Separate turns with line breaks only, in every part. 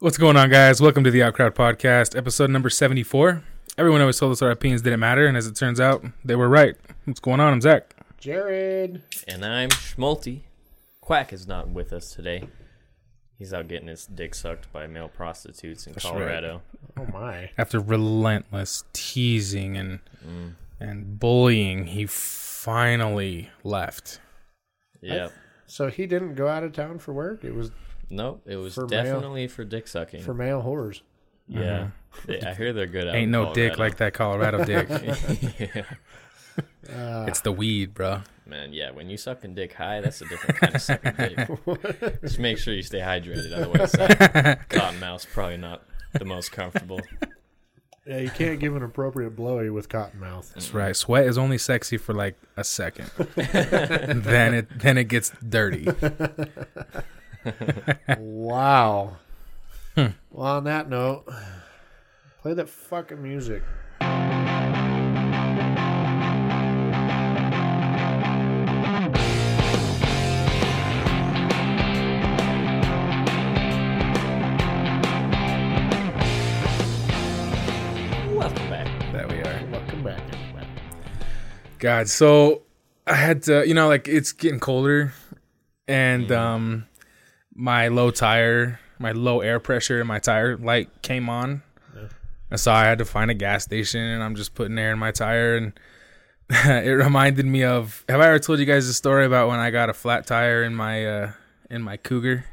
What's going on, guys? Welcome to the Outcrowd Podcast, episode number 74. Everyone always told us our opinions didn't matter, and as it turns out, they were right. What's going on? I'm Zach.
Jared.
And I'm Schmalti. Quack is not with us today. He's out getting his dick sucked by male prostitutes in
right.
Colorado.
Oh my.
After relentless teasing and and bullying, he finally left.
Yeah.
So he didn't go out of town for work. It was
No, it was
For male-
definitely for dick sucking.
for male whores.
yeah. They- I hear they're good out.
Uh-huh. Ain't
in
no dick like
Colorado.
that Colorado dick.
yeah.
it's the weed, bro.
Man, yeah, when you sucking dick high, that's a different kind of sucking dick. Just make sure you stay hydrated, otherwise that cotton mouth's probably not the most comfortable.
Yeah, you can't give an appropriate blowy with cotton mouth.
That's right. Sweat is only sexy for like a second. then it then it gets dirty.
wow.
Hmm.
Well, on that note, play that fucking music.
Welcome back.
That we are.
Welcome back. everybody.
God, so I had to, you know, like it's getting colder, and um, my low tire, my low air pressure in my tire light came on, and so I had to find a gas station, and I'm just putting air in my tire, and it reminded me of. Have I ever told you guys the story about when I got a flat tire in my uh in my Cougar?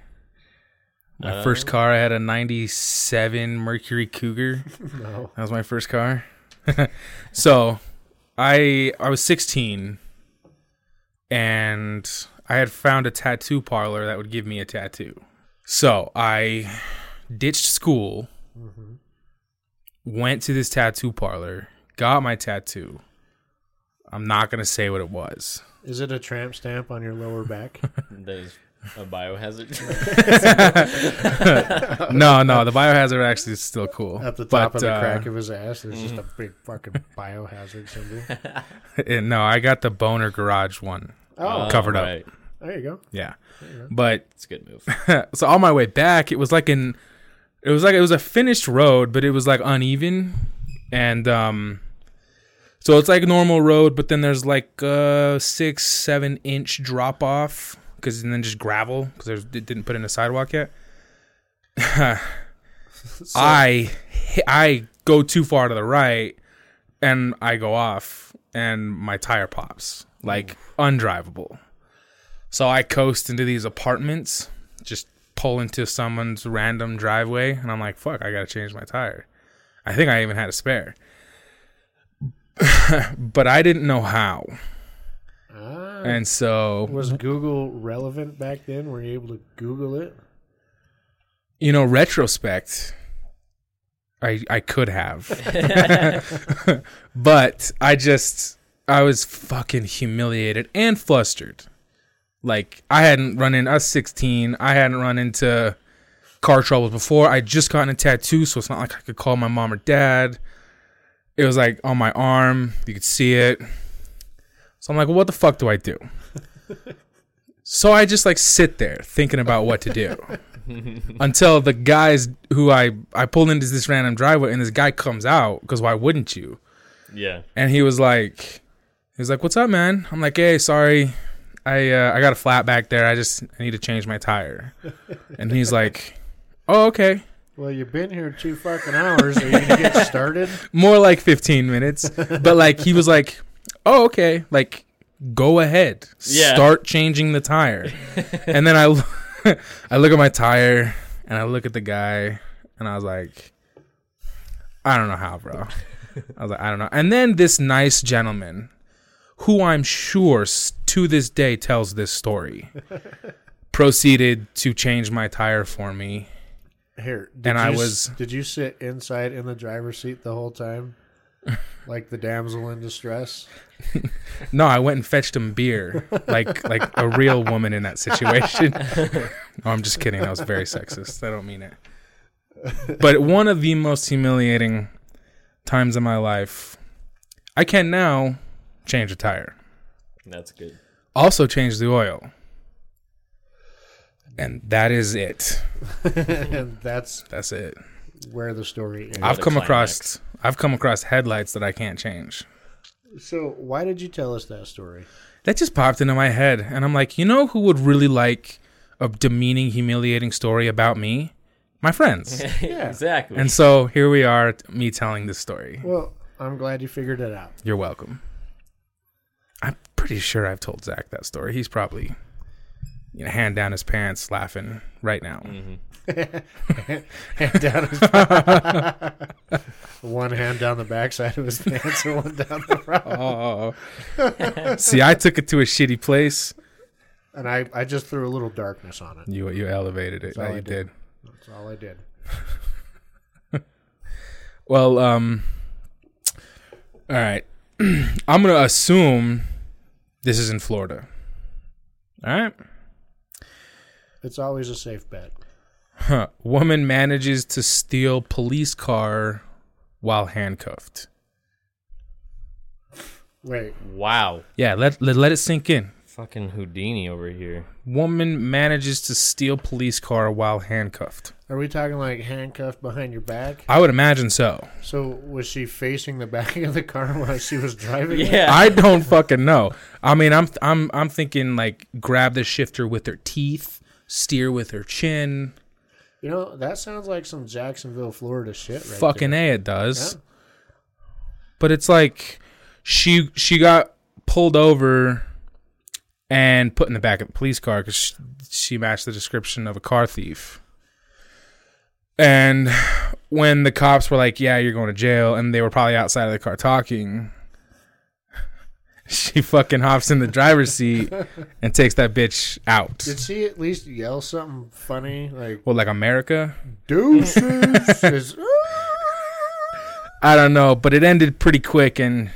My first car, I had a '97 Mercury Cougar.
No.
That was my first car. so, I I was 16 and I had found a tattoo parlor that would give me a tattoo. So, I ditched school,
Mm-hmm.
went to this tattoo parlor, got my tattoo. I'm not going to say what it was.
Is it a tramp stamp on your lower back?
There's a biohazard.
No, no, the biohazard actually is still cool.
At the top
But,
of
uh,
the
mm-hmm.
crack of his ass, there's just a big fucking biohazard symbol.
it- no, I got the boner garage one.
Oh,
Covered up.
right.
there you go.
Yeah. But
It's a good move.
so on my way back, it was like an, it was like it was a finished road, but it was like uneven, and um, so it's like normal road, but then there's like a six, seven inch drop off because and then just gravel because there's it didn't put in a sidewalk yet. I hi- I go too far to the right, and I go off, and my tire pops like undrivable. So I coast into these apartments, just pull into someone's random driveway, and I'm like, fuck, I gotta change my tire. I think I even had a spare. but I didn't know how.
Ah.
And so,
Was Google relevant back then? Were you able to Google it?
you know, retrospect, I I could have. but I just I was fucking humiliated and flustered. Like I hadn't run in I was 16. I hadn't run into car troubles before. I just gotten a tattoo, so it's not like I could call my mom or dad. It was like on my arm. You could see it. So I'm like, well, what the fuck do I do? so I just like sit there thinking about what to do until the guys who I I pulled into this random driveway and this guy comes out because why wouldn't you?
Yeah.
and he was like he was like what's up man i'm like hey sorry i uh, i got a flat back there i just I need to change my tire and he's like oh okay
Well, you've been here two fucking hours. Are you gonna get started?
more like 15 minutes but like he was like oh okay like go ahead
Yeah.
start changing the tire and then i l- i look at my tire and i look at the guy and i was like i don't know how bro i was like i don't know and then this nice gentleman who i'm sure s- to this day tells this story proceeded to change my tire for me
Here, did
And I
you s-
was-
Did you sit inside in the driver's seat the whole time, like the damsel in distress?
No, I went and fetched him beer, like like a real woman in that situation. no, I'm just kidding. That was very sexist. I don't mean it. But one of the most humiliating times in my life, I can now change a tire.
That's good.
Also change the oil. And that is it.
and that's
That's it.
where the story ends.
I've
a
come
climax.
across I've come across headlights that I can't change.
So why did you tell us that story?
That just popped into my head and I'm like, you know who would really like a demeaning, humiliating story about me? My friends.
exactly.
and so here we are, t- me telling this story.
Well, I'm glad you figured it out.
You're welcome. I'm pretty sure I've told Zach that story. He's probably you know, hand down his pants laughing right now.
Mm-hmm. Hand down his one hand down the backside of his pants and one down the front.
Oh. See, I took it to a shitty place.
And I, I just threw a little darkness on it.
You you elevated it.
all
Yeah,
I
you
did.
did.
That's all I did.
Well, um All right. I'm going to assume this is in Florida. All right.
It's always a safe bet.
Huh. Woman manages to steal police car while handcuffed.
Wait,
wow.
Yeah, let let, let it sink in.
Fucking Houdini over here.
Woman manages to steal police car while handcuffed.
are we talking like handcuffed behind your back?
I would imagine so.
So was she facing the back of the car while she was driving?
Yeah.
I don't fucking know. I mean, I'm I'm I'm thinking like grab the shifter with her teeth, steer with her chin.
You know, that sounds like some Jacksonville, Florida shit right
fucking
there.
a, it does.
Yeah.
But it's like she she got pulled over and put in the back of the police car because she, she matched the description of a car thief. And when the cops were like, "Yeah, you're going to jail," and they were probably outside of the car talking, she fucking hops in the driver's seat and takes that bitch out.
Did she at least yell something funny like
Well, like America,
deuces? Is- uh,
I don't know, but it ended pretty quick, and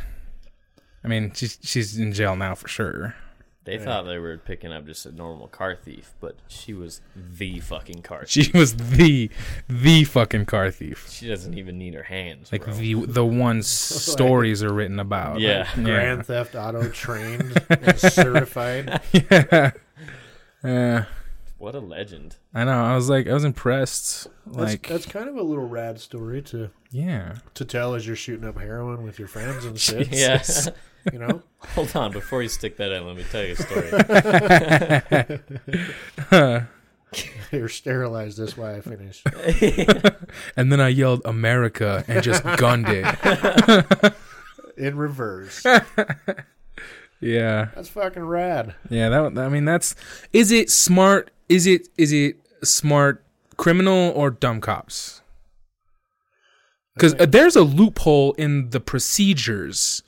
I mean, she's she's in jail now for sure.
They thought they were picking up just a normal car thief, but she was the fucking car thief.
She was the the fucking car thief.
She doesn't even need her hands.
Like
bro.
the the one stories are written about.
Yeah.
yeah,
Grand Theft Auto trained and certified.
yeah. Yeah.
what a legend.
I know. I was like, I was impressed. Like,
that's, that's kind of a little rad story to
yeah,
to tell as you're shooting up heroin with your friends and shit.
Yes.
You know,
Hold on, before you stick that in, let me tell you a story.
you're sterilized. That's why I finished.
and then I yelled America and just gunned it.
in reverse.
Yeah.
That's fucking rad.
Yeah, that I mean that's is it smart is it is it smart criminal or dumb cops? Cuz there's a loophole in the procedures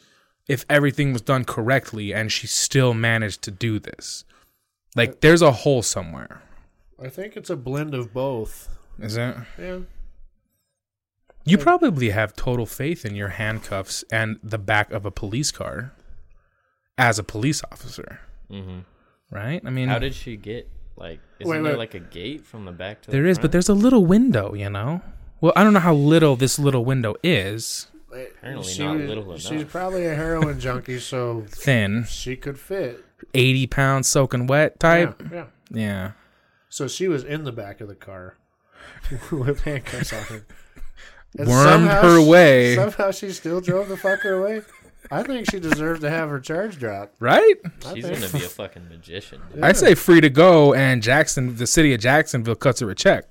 if everything was done correctly and she still managed to do this. Like there's a hole somewhere.
I think it's a blend of both.
Is it?
Yeah.
You probably have total faith in your handcuffs and the back of a police car as a police officer,
hmm
right? I mean
How did she get, like, isn't
Wait,
there
wait.
like a gate from the back to the
There is, but
front?
there's a little window, you know. Well, I don't know how little this little window is.
Apparently not little
She's
enough.
probably a heroin junkie, so
Thin,
she could fit.
eighty pounds soaking wet type.
Yeah, yeah.
Yeah.
So she was in the back of the car with handcuffs on her. And
Wormed
somehow
her
she-
way.
Somehow she still drove the fucker away. I think she deserved to have her charge dropped.
Right?
I
She's
think.
going to be a fucking magician. dude.
I'd say free to go, and Jackson, the city of Jacksonville, cuts her a check.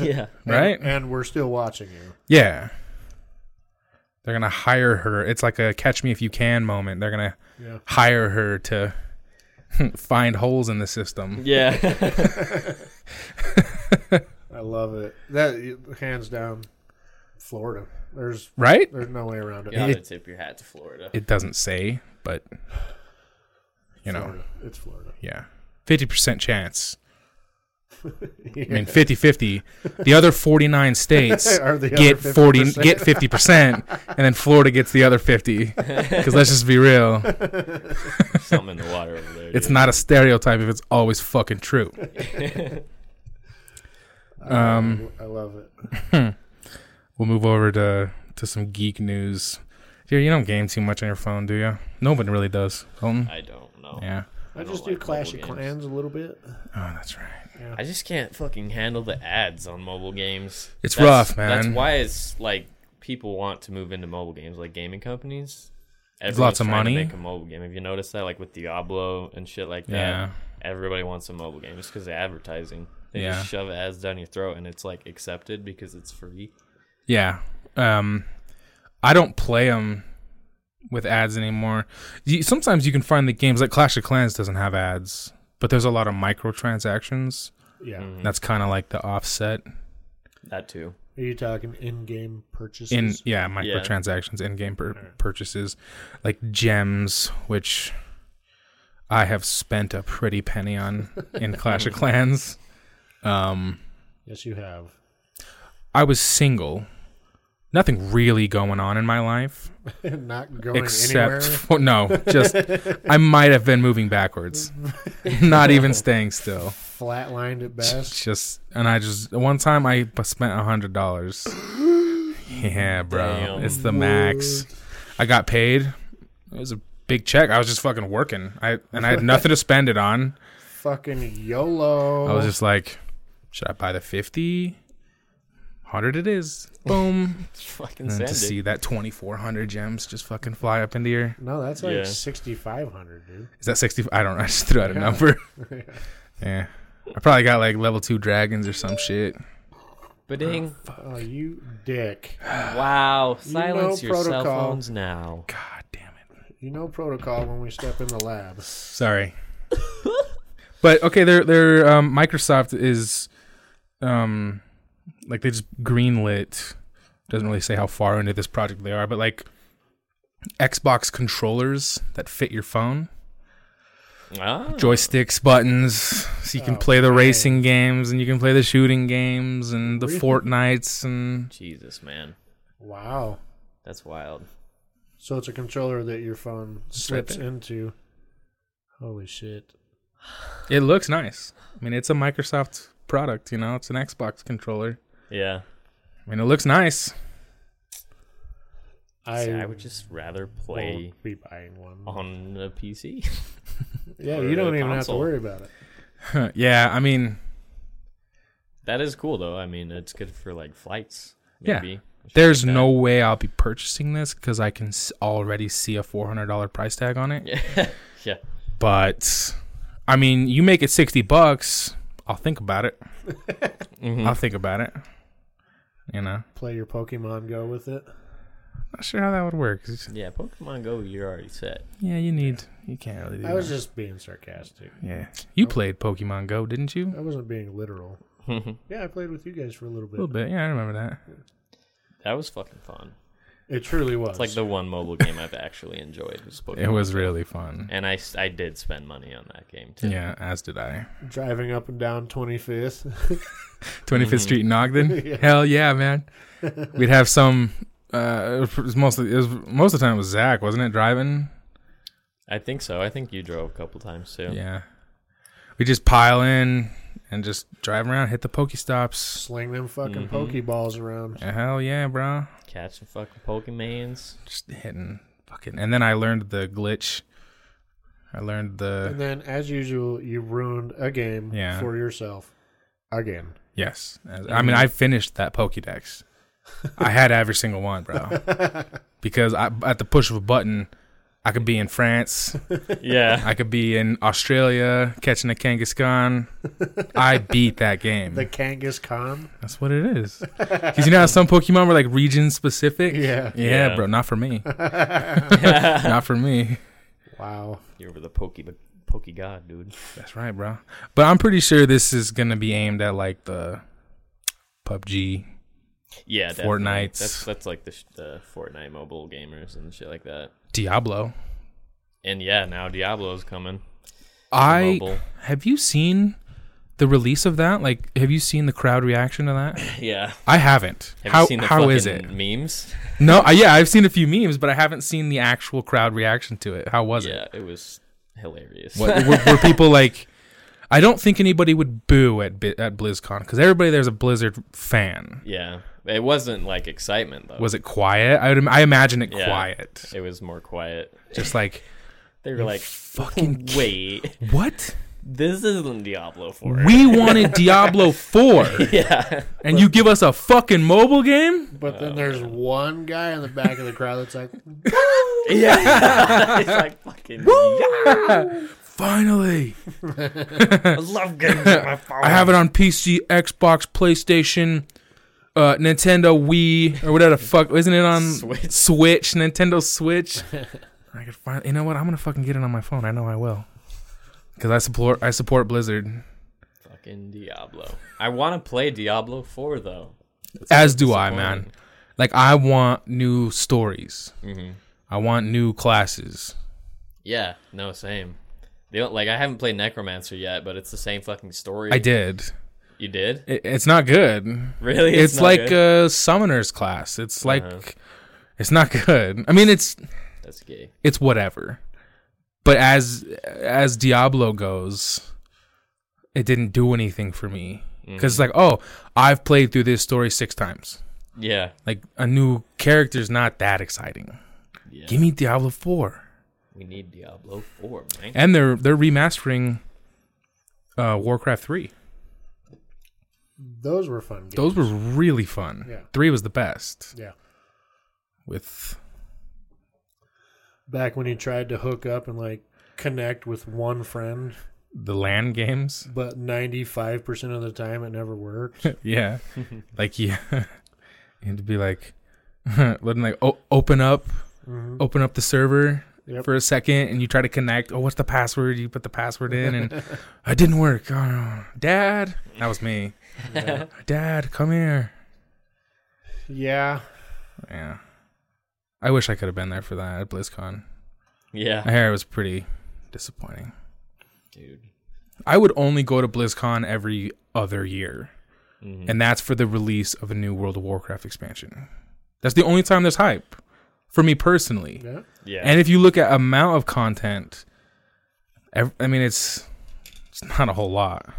yeah.
Right?
And we're still watching you.
Yeah. They're gonna hire her. It's like a catch me if you can moment. They're gonna
Yeah.
hire her to find holes in the system.
Yeah.
I love it. That hands down, Florida. There's
Right?
there's no way around it.
you gotta
It-
tip your hat to Florida.
It doesn't say, but you know,
Florida. It's Florida.
yeah. Fifty percent chance. I
Yeah.
mean 50-50. The other 49 states
Are the
get
other
40
50%?
get 50% and then Florida gets the other 50 cuz let's just be real.
Something in the water over there.
It's not a stereotype if it's always fucking true.
Um, I love it.
We'll move over to to some geek news. Here, you don't game too much on your phone, do you? No one really does. Colton?
I don't know.
Yeah.
I,
don't
just do
like
Clash of
mobile games.
Clans a little bit.
Oh, that's right.
I just can't fucking handle the ads on mobile games.
It's rough,
That's
man.
why it's like people want to move into mobile games, like gaming companies. Everyone's
lots of
trying to
money.
make a mobile game. Have you noticed that? Like with Diablo and shit like that.
Yeah.
Everybody wants a mobile game. It's because of advertising. They
Yeah.
just shove ads down your throat, and it's like accepted because it's free.
Yeah. Um, I don't play them with ads anymore. You, sometimes you can find the games like Clash of Clans doesn't have ads, but there's a lot of microtransactions.
Yeah.
Mm.
That's kind of like the offset
That too.
Are you talking in-game purchases?
in yeah microtransactions in game pur- purchases, like gems, which I have spent a pretty penny on in Clash of Clans. Um,
yes, you have.
I was single. Nothing really going on in my life
Not going
except
anywhere.
for, no, just I might have been moving backwards. Not even staying still.
Flatlined at best.
Just and I just one time I b- spent a hundred dollars. Yeah, bro.
Damn.
It's the max. I got paid. It was a big check. I was just fucking working. I and I had nothing to spend it on.
Fucking YOLO.
I was just like, should I buy the 50? 100 it is. Boom. And
Fucking
then
send
to
it.
see that 2,400 gems just fucking fly up into your.
no, that's like
Yeah.
6,500, dude.
Is that 60? I don't know. I just threw out a
Yeah.
number. yeah. I probably got like level two dragons or some shit.
Ba-ding.
Oh, you dick.
Wow. Silence your cell
protocol.
phones now.
God damn it.
You know protocol when we step in the lab.
Sorry. but okay, they're, they're, um, Microsoft is, um, like they just greenlit. Doesn't really say how far into this project they are, but like Xbox controllers that fit your phone.
Ah.
joysticks, buttons, so you can play the racing games and you can play the shooting games and the Fortnites and
Jesus, man.
Wow.
That's wild.
So it's a controller that your phone
Slip
slips
it.
into. Holy shit.
it looks nice. I mean, it's a Microsoft product, you know, it's an Xbox controller.
Yeah.
I mean, it looks nice.
I,
See, I would just rather play
won't be buying one.
on a PC.
yeah,
or
you don't
a
even have to
console.
worry about it.
Huh, yeah, I mean,
That is cool though. I mean, it's good for like flights.
Yeah.
Maybe.
there's no way I'll be purchasing this cuz I can s- already see a $400 price tag on it.
Yeah. yeah.
But I mean, you make it 60 bucks, I'll think about it.
Mm-hmm.
I'll think about it. You know,
Play your Pokemon Go with it.
not sure how that would work. 'cause
Yeah. Pokemon Go, you're already set.
Yeah, you need. You can't really do
I
that.
was just being sarcastic.
yeah. You played Pokemon Go, didn't you?
I wasn't being literal. yeah, I played with you guys for a little
A
bit.
little bit. Yeah, I remember that.
That was fucking fun.
It truly was.
It's like the one mobile game I've actually enjoyed. Was Pokemon.
It was really fun.
And I, s- I did spend money on that game too.
Yeah, as did I.
driving up and down 25th.
25th Street in Ogden. Hell Mm. yeah, man. We'd have some. Uh, it was mostly it was, most of the time it was Zach, wasn't it? Driving.
I think so. I think you drove a couple times too.
Yeah. We just pile in and just drive around, hit the Pokestops.
Sling them
Mm-hmm.
fucking Pokeballs around.
Hell yeah, bro.
Catching fucking Pokemans.
Just hitting fucking. And then I learned the glitch. I learned
And
the
then, as usual, you ruined a game
Yeah.
for yourself. Again.
Yes. As- I mean, I finished that Pokédex. I had every single one, bro. Because I, at the push of a button, I could be in France.
Yeah.
I could be in Australia catching a Kangaskhan. I beat that game.
The Kangaskhan?
That's what it is. Because you know how some Pokemon were like region specific?
Yeah.
Yeah,
Yeah.
bro. Not for me. not for me.
Wow.
you were the Poke Poke God, dude.
That's right, bro. But I'm pretty sure this is going to be aimed at like the PUBG.
Yeah, definitely.
Fortnites.
That's that's like the, sh- the Fortnite mobile gamers and shit like that.
Diablo.
And yeah, now Diablo's coming.
I
Mobile.
have you seen the release of that? Like, have you seen the crowd reaction to that?
Yeah.
I haven't.
Have
how
you seen the
how
fucking
is it?
memes?
No, I, yeah, I've seen a few memes, but I haven't seen the actual crowd reaction to it. How was it?
Yeah, it was hilarious.
What, were, were people like? I don't think anybody would boo at Bi- at BlizzCon because everybody there's a Blizzard fan.
Yeah. It wasn't like excitement though.
Was it quiet? I would, im- I imagine it
Yeah.
quiet,
It was more quiet.
just like
They were like,
fucking ki-
wait,
What?
this isn't Diablo 4.
We wanted Diablo 4
yeah.
and you give us a fucking mobile game?
But
Oh,
then there's one guy in the back of the crowd that's like,
Yeah. it's like, fucking, yeah.
Finally.
I love games on my phone.
I have it on PC, Xbox, PlayStation, uh, Nintendo Wii, or whatever the fuck. Isn't it on
Switch.
Switch, Nintendo Switch? I could find. You know what? I'm gonna fucking get it on my phone. I know I will. Because I support, I support Blizzard.
Fucking Diablo. I want to play Diablo 4, though.
As do I, man. Like I want new stories.
Mm-hmm.
I want new classes.
Yeah, no, same. They don't, like, I haven't played Necromancer yet, but it's the same fucking story.
I did.
You did?
It, it's not good.
Really?
It's,
not
like
good? Uh-huh.
a summoner's class. It's like, it's not good. I mean, it's
That's gay.
it's whatever. But as as Diablo goes, it didn't do anything for me
Mm.
because like, oh, I've played through this story six times.
Yeah.
Like a new character's not that exciting.
Yeah.
Give me Diablo four,
We need Diablo 4, man.
and they're they're remastering uh, Warcraft three.
those were fun games.
Those were really fun.
Yeah.
Three was the best
yeah.
with
Back when you tried to hook up and like connect with one friend,
the land games.
but 95% of the time it never worked.
Yeah, like yeah, it'd be like, letting like o- open up, open up the server
Yep.
for a second, and you try to connect. Oh, what's the password? You put the password in, and it didn't work. Oh, no. Dad, that was me. Dad, come here.
yeah.
Yeah, I wish I could have been there for that at BlizzCon. I
Yeah.
hear it was pretty disappointing.
Dude.
I would only go to BlizzCon every other year, and that's for the release of a new World of Warcraft expansion. That's the only time there's hype for me personally.
Yeah.
Yeah.
And if you look at amount of content, ev- I mean it's it's not a whole lot,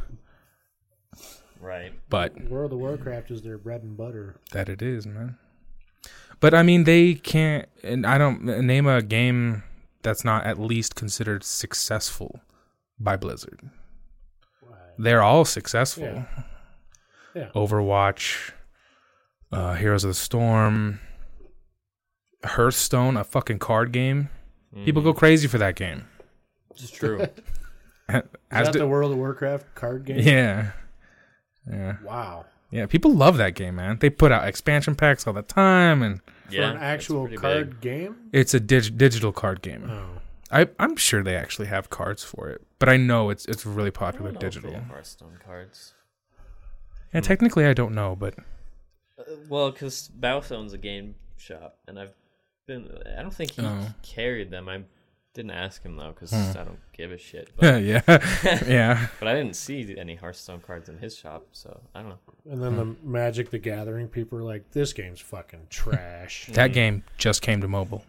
right.
but
World of Warcraft is their bread and butter.
that it is, man. But I mean they can't, and I don't name a game that's not at least considered successful by Blizzard. They're all successful.
Yeah. Yeah.
Overwatch, uh, Heroes of the Storm, Hearthstone, a fucking card game. People
Mm-hmm.
go crazy for that game.
It's true.
Is
As
that
do-
the World of Warcraft card game?
yeah, yeah,
Wow.
yeah. People love that game, man. They put out expansion packs all the time, and
yeah.
For an
it's
actual
pretty
card
big.
game?
it's a dig- digital card game.
Oh.
I I'm sure they actually have cards for it, but I know it's it's really
I
popular
don't know if they
digital.
have Hearthstone cards.
Yeah, technically I don't know, but
Uh, well, because Battlestone's a game shop, and I've been. I don't think he
Oh. Hmm.
carried them. I didn't ask him though, because I don't give a shit. But,
yeah, yeah.
but I didn't see any Hearthstone cards in his shop, so I don't know.
And then the
Hmm.
Magic the Gathering people are like, this game's fucking trash.
That game just came to mobile.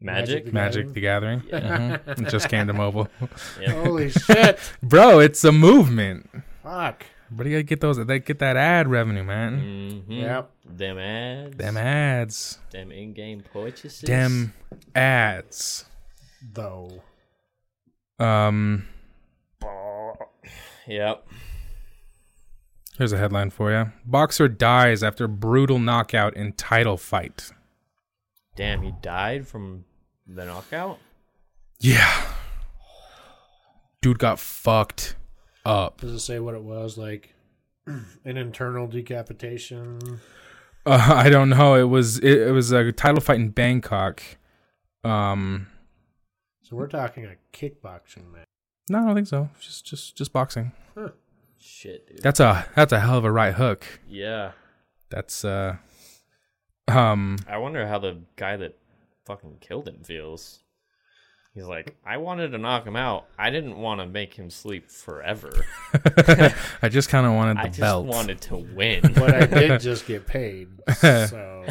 Magic.
the
Magic the Gathering. Mhm. It just came to mobile.
Holy shit.
Bro, it's a movement.
Fuck.
But you gotta get those that get that ad revenue, man.
Mm-hmm.
Yep.
Damn ads.
Them ads.
Damn in-game purchases.
Them ads.
Though.
Um
Yep.
here's a headline for you. Boxer dies after brutal knockout in title fight.
Damn, he died from the knockout.
Yeah. Dude got fucked up.
Does it say what it was? Like an internal decapitation?
Uh, I don't know. It was it, it was a title fight in Bangkok. Um
So we're talking a kickboxing match.
no, I don't think so. Just just just boxing.
Shit, dude.
That's a that's a hell of a right hook.
yeah.
That's uh um
I wonder how the guy that fucking killed him feels. He's like, I wanted to knock him out. I didn't want to make him sleep forever.
I just kind of wanted the
I just
belt.
wanted to win.
But I did just get paid. So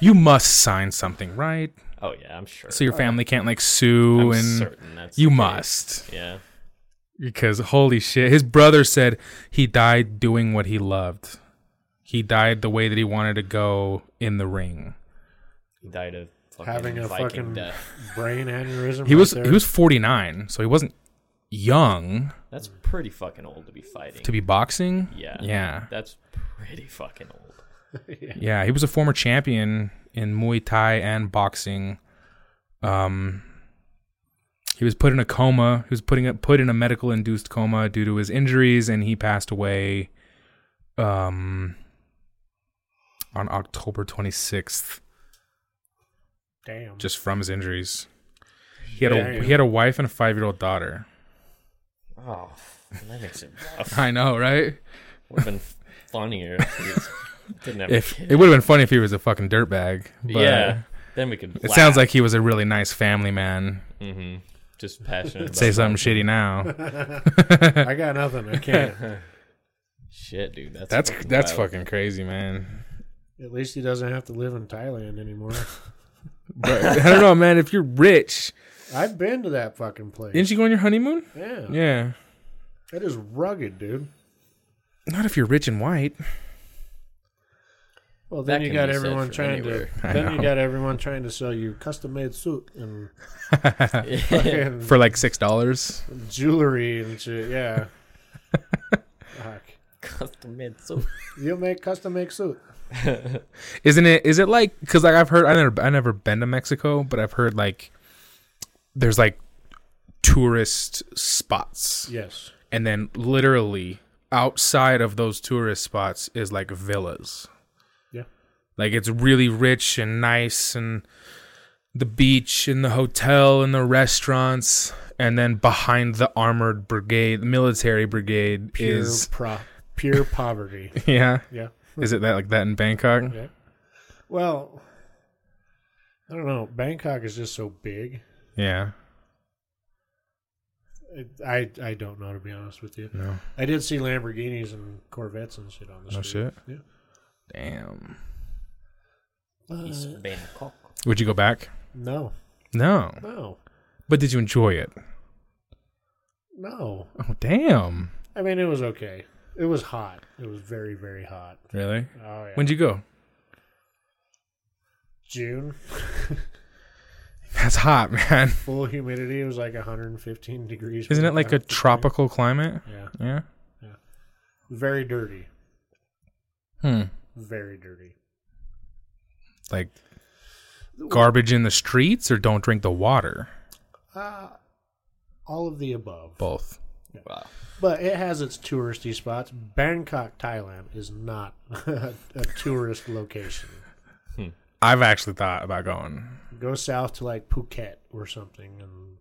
You must sign something, right?
oh yeah, I'm sure.
So your family can't like sue
I'm
and
certain that's
you
the case.
must
Yeah.
because holy shit, his brother said he died doing what he loved. He died the way that he wanted to go in the ring.
He died a fucking
Having a
Viking
fucking-
death.
Brain aneurysm.
He
right
was
there.
he was 49, so he wasn't young
That's pretty fucking old to be fighting.
to be boxing.
yeah.
Yeah.
That's pretty fucking old.
Yeah, he was a former champion in Muay Thai and boxing. Um, he was put in a coma. He was putting a, put in a medical induced coma due to his injuries, and he passed away. Um, on October twenty sixth,
Damn.
just from his injuries. He had a
Damn.
he had a wife and a five year old daughter.
Oh, that makes it rough.
I know, right?
Would have been funnier if he was- didn't have a
If
kid.
it would have been funny if he was a fucking dirtbag, but
yeah. Then we could.
it sounds like he was a really nice family man.
hmm Just passionate. About
Say something shitty now.
I got nothing. I can't.
Shit, dude. That's
That's
fucking
that's
wild.
fucking crazy, man.
At least he doesn't have to live in Thailand anymore.
But I don't know, man. If you're rich,
I've been to that fucking place.
didn't you go on your honeymoon?
yeah.
Yeah.
That is rugged, dude.
Not if you're rich and white.
Well, then
That
you
can
got
be said
everyone
for
trying
anywhere.
to.
I
Then you
know.
got everyone trying to sell you custom-made suit and
Yeah.
fucking
For like six dollars.
jewelry and shit. Yeah. Fuck.
Custom made soap.
You make custom-made suit.
Isn't it? Is it like? Cause like I've heard. I never. I never been to Mexico, but I've heard like there's like tourist spots,
Yes.
and then literally outside of those tourist spots is like villas.
Yeah.
Like it's really rich and nice and the beach and the hotel and the restaurants and then behind the armored brigade, the military brigade
Pure
is
pro. Pure poverty.
yeah.
Yeah.
Is it that like that in Bangkok?
Yeah. Well, I don't know. Bangkok is just so big.
Yeah.
It, I I don't know to be honest with you.
No.
I did see Lamborghinis and Corvettes and shit on the
No
street.
shit.
Yeah.
Damn.
East Bangkok.
Would you go back?
No,
No.
no,
But did you enjoy it?
no.
Oh damn.
I mean, it was okay. It was hot. It was very very hot.
Really?
Oh yeah.
When'd you go?
June,
That's hot, man.
full humidity. It was like 115 degrees.
Isn't it like a
115.
tropical climate?
Yeah.
Yeah.
Very dirty.
Hmm.
Very dirty.
Like garbage in the streets or don't drink the water?
Uh, all of the above.
Both.
Wow.
But it has its touristy spots. Bangkok, Thailand is not a, tourist location.
I've actually thought about going.
Go south to like Phuket or something and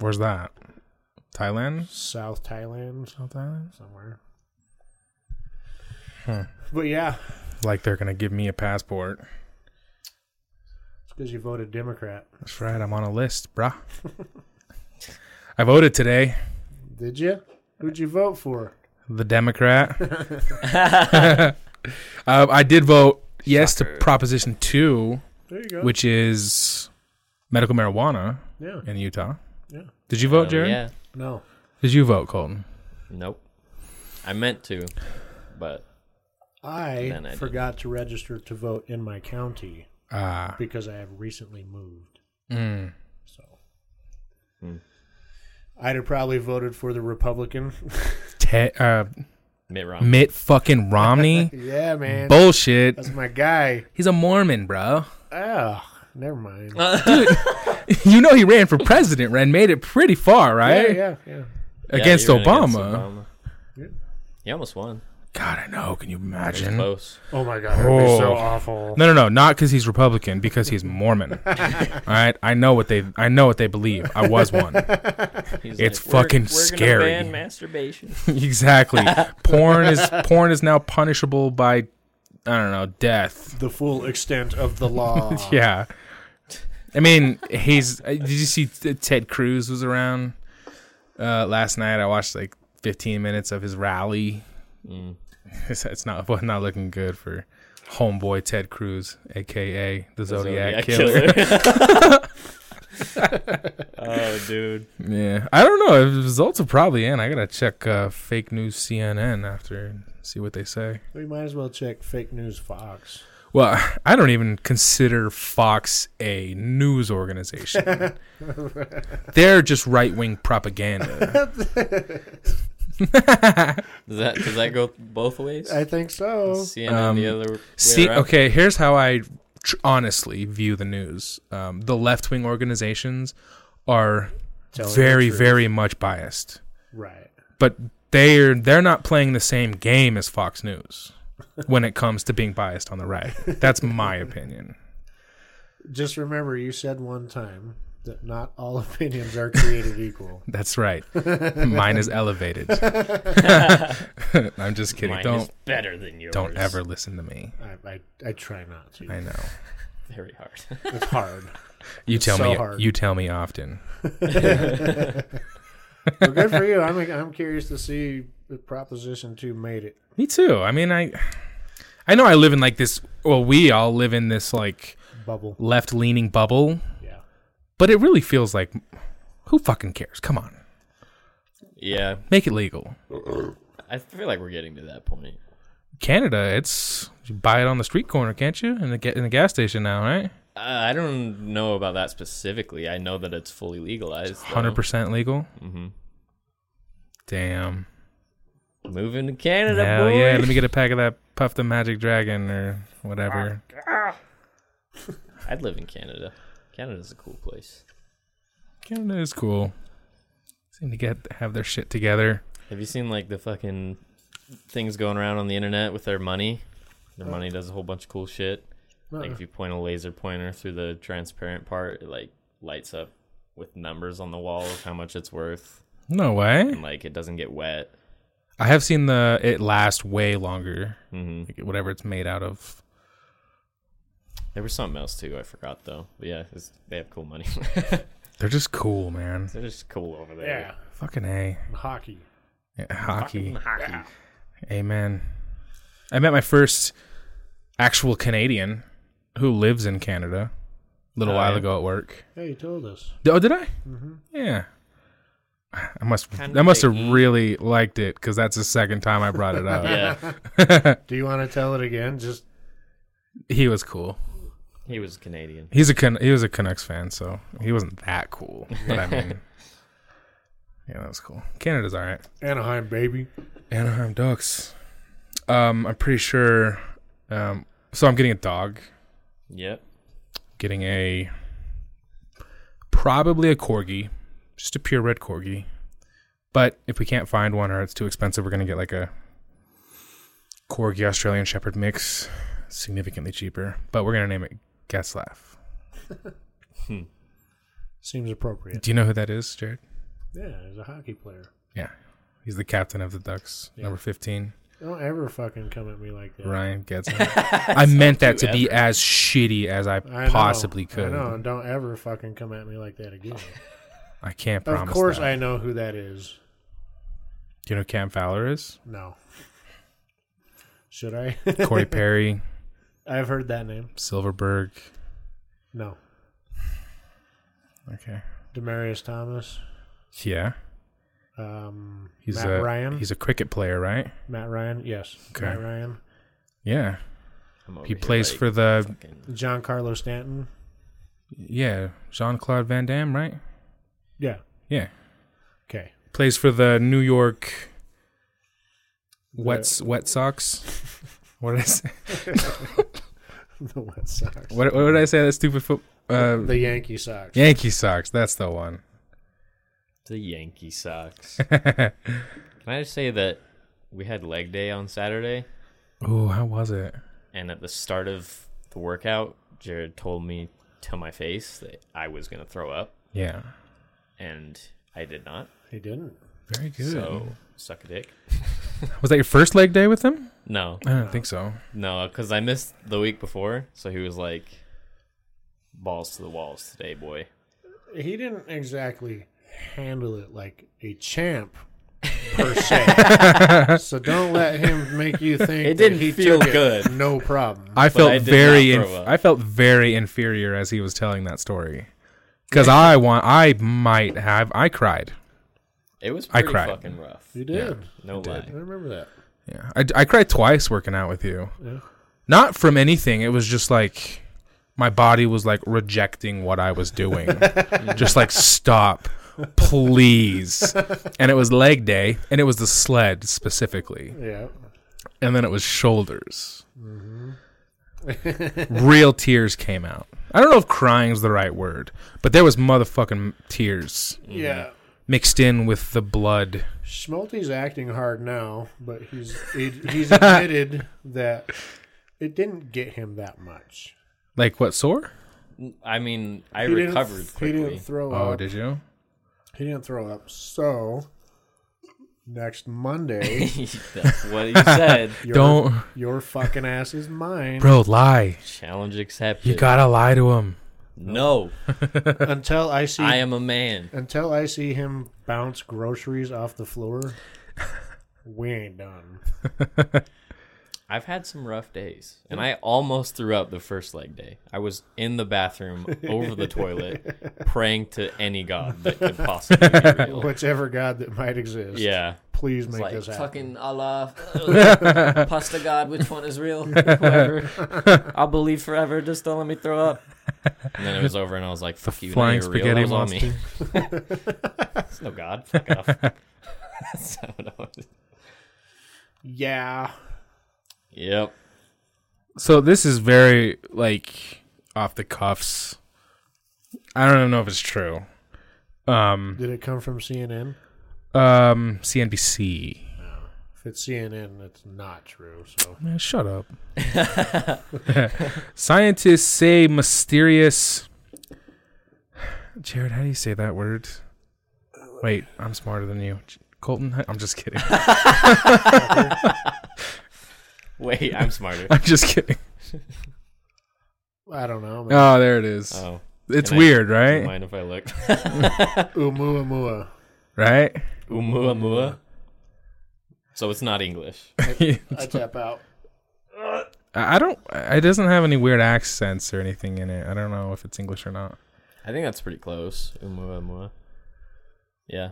Where's that? Thailand?
South Thailand
South Thailand?
somewhere.
Huh.
But yeah,
Like they're gonna give me a passport.
it's because you voted Democrat.
That's right. I'm on a list, bruh. I voted today.
Did you? Who'd you vote for?
The Democrat. uh, I did vote yes to Proposition Two,
There you go.
which is medical marijuana
yeah.
in Utah.
Yeah.
Did you vote,
Um,
Jared?
Yeah.
No.
Did you vote, Colton?
Nope. I meant to, but
I,
Then I
forgot to register to vote in my county
Ah,
because I have recently moved.
mm.
So
Hmm.
I'd have probably voted for the Republican.
Te- uh,
Mitt Romney.
Mitt fucking Romney.
yeah, man.
Bullshit.
That's my guy.
He's a Mormon, bro.
Oh, never mind.
you know he ran for president and made it pretty far, right?
Yeah, yeah, yeah.
Yeah,
Against,
you
Obama.
ran against
Yeah.
Obama. He almost won.
God, I know. Can you
It was
imagine? No,
close.
Oh my god, that'd be so
Oh.
awful.
no, no. Not because he's Republican, because he's Mormon. All right, I know what they. I know what they believe. I was one.
He's
It's
"We're-
fucking
we're gonna
scary."
ban masturbation.
exactly. Porn is porn is now punishable by, I don't know, death.
The full extent of the law.
Yeah. I mean, he's. uh, Did you see T- Ted Cruz was around uh, last night? I watched like 15 minutes of his rally.
Mm.
It's, it's not well, not looking good for homeboy Ted Cruz, aka the, Zodiac,
Zodiac
Killer.
Oh, dude.
Yeah, I don't know. The results are probably in. I gotta check uh, fake news CNN after and see what they say.
We might as well check fake news Fox.
Well, I don't even consider Fox a news organization. They're just right wing propaganda.
Does that does that go both ways?
I think so.
CNN the other way
Um, See,
around?
okay, here's how I tr- honestly view the news. Um, the left wing organizations are
Telling the
very,
truth.
very much biased,
Right.
but they're they're not playing the same game as Fox News when it comes to being biased on the right. That's my opinion.
Just remember, you said one time that not all opinions are created equal.
That's right. Mine is elevated. I'm just kidding.
Mine
don't
is better than yours.
don't ever listen to me.
I, I, I try not to.
I know.
Very hard.
It's hard.
You tell
so
me.
hard.
You tell me often.
Well, good for you. I'm I'm curious to see if Proposition Two made it.
Me too. I mean, I I know I live in like this. Well, we all live in this like
Bubble.
left leaning bubble,
Yeah.
but it really feels like who fucking cares? Come on,
yeah,
make it legal.
I feel like we're getting to that point.
Canada, it's you buy it on the street corner, can't you? In the ga- in the gas station now, right?
Uh, I don't know about that specifically. I know that it's fully legalized.
Hundred percent legal.
Mm-hmm.
Mhm.
Damn.
though. Moving to Canada,
Hell
boy.
yeah! Let me get a pack of that Puff the Magic Dragon or whatever.
I'd live in Canada. Canada's a cool place.
Canada is cool. Seem to get have their shit together.
Have you seen like the fucking things going around on the internet with their money? Their money does a whole bunch of cool shit. Like if you point a laser pointer through the transparent part, it like lights up with numbers on the wall of how much it's worth,
No way.
and like it doesn't get wet.
I have seen the it last way longer.
hmm
Like whatever it's made out of.
There was something else too. I forgot though. But yeah, it's, they have cool money.
They're just cool, man.
They're just cool over there.
Yeah.
Fucking a
and Hockey.
Yeah, hockey.
Hockey.
Amen. I met my first actual Canadian who lives in Canada a little
Oh,
while
yeah?
ago at work.
Yeah, you told us.
Oh, did I? Yeah. I must.
Kinda
I must have
picky.
really liked it because that's the second time I brought it up.
Yeah,
Do you want to tell it again? Just
He was cool.
he was Canadian.
He's a Can- he was a Canucks fan, so he wasn't that cool. But I mean, yeah, that was cool. Canada's all right.
Anaheim, baby.
Anaheim Ducks. Um, I'm pretty sure. Um, so I'm getting a dog.
Yep.
Getting a probably a corgi, just a pure red corgi. But if we can't find one or it's too expensive, we're gonna get like a corgi Australian Shepherd mix, significantly cheaper. But we're gonna name it Getzlaff.
Seems appropriate.
Do you know who that is, Jared?
Yeah, he's a hockey player.
Yeah. He's the captain of the Ducks, number 15.
Don't ever fucking come at me like that.
Ryan gets it. I meant that to be as shitty as I,
I know,
possibly
I
could.
know,
I,
and don't ever fucking come at me like that again.
can't
of
promise.
course,
that.
I know who that is.
Do you know who Cam Fowler is?
No. Should I?
Corey Perry,
I've heard that name.
Silverberg.
No.
Okay.
Demarius Thomas.
Yeah.
Um,
He's
Matt
a
Ryan.
he's a cricket player, right?
Matt Ryan. Yes.
Okay.
Matt Ryan.
Yeah.
I'm over
He
here,
plays
like,
for the
fucking-
John Carlos Stanton.
yeah, Jean-Claude Van Damme, right?
Yeah.
Yeah.
Okay.
Plays for the New York
The-
Wet Wet Sox. What did I say?
the Wet Sox.
What, what did I say? That stupid foot uh,
the Yankee Sox.
Yankee Sox. That's the one.
the Yankee Sox. Can I just say that we had leg day on Saturday,
Oh, how was it?
and at the start of the workout, Jared told me to my face that I was gonna throw up,
Yeah.
and I did not.
He didn't.
Very good.
So suck a dick.
was that your first leg day with him?
No,
I don't think so.
no, because I missed the week before, so he was like, "Balls to the walls today, boy."
He didn't exactly handle it like a champ per se. so don't let him make you think
It didn't
that he
feel
took it
good.
No problem.
I felt
I did
very
not
inf-
throw up.
I felt very inferior as he was telling that story. Because I want, I might have, I cried.
It was
I
pretty
cried.
fucking rough.
You did.
No lie.
I remember that.
Yeah, I, I cried twice working out with you.
Yeah.
Not from anything. It was just like my body was like rejecting what I was doing. just like stop, please. and it was leg day, and it was the sled specifically,
Yeah.
and then it was shoulders. Mm-hmm. Real tears came out. I don't know if crying is the right word, but there was motherfucking tears
Yeah.
mixed in with the blood.
Schmalti's acting hard now, but he's it, he's admitted that it didn't get him that much.
Like what sore?
I mean, I
He didn't-
recovered
He
quickly.
didn't throw
Oh,
up.
did you?
He didn't throw up. So next Monday,
That's what he said.
your,
Don't,
your fucking ass is mine
bro, lie.
Challenge accepted.
You gotta lie to him.
no.
until I see
I am a man.
until I see him bounce groceries off the floor. We ain't done.
I've had some rough days, and I almost threw up the first leg day. I was in the bathroom over the toilet, praying to any god that could possibly be real.
Whichever god that might exist,
Yeah,
please
It's
make
like
this happen.
fucking Allah, uh, pasta god. Which one is real? Whoever, I'll believe forever. Just don't let me throw up. And then it was over, and I was like, "Fuck you,
flying
flying you're real.
spaghetti
That was on me. It's no god. Fuck off." So, no.
yeah,
yep.
So this is very like off the cuffs. I don't even know if it's true. Um,
did it come from CNN?
um, CNBC.
If it's CNN, it's not true. So
Man, shut up. Scientists say mysterious. Jared, how do you say that word? Wait, I'm smarter than you, Colton. I'm just kidding.
Wait, I'm smarter.
I'm just kidding.
I don't know. man.
Oh, there it is.
Oh,
it's
can I-
weird,
don't
right?
mind if I look?
Umuamua.
Right?
Umuamua. So it's not English.
I tap out.
I I don't. It doesn't have any weird accents or anything in it. I don't know if it's English or not.
I think that's pretty close. Umuamua. Yeah.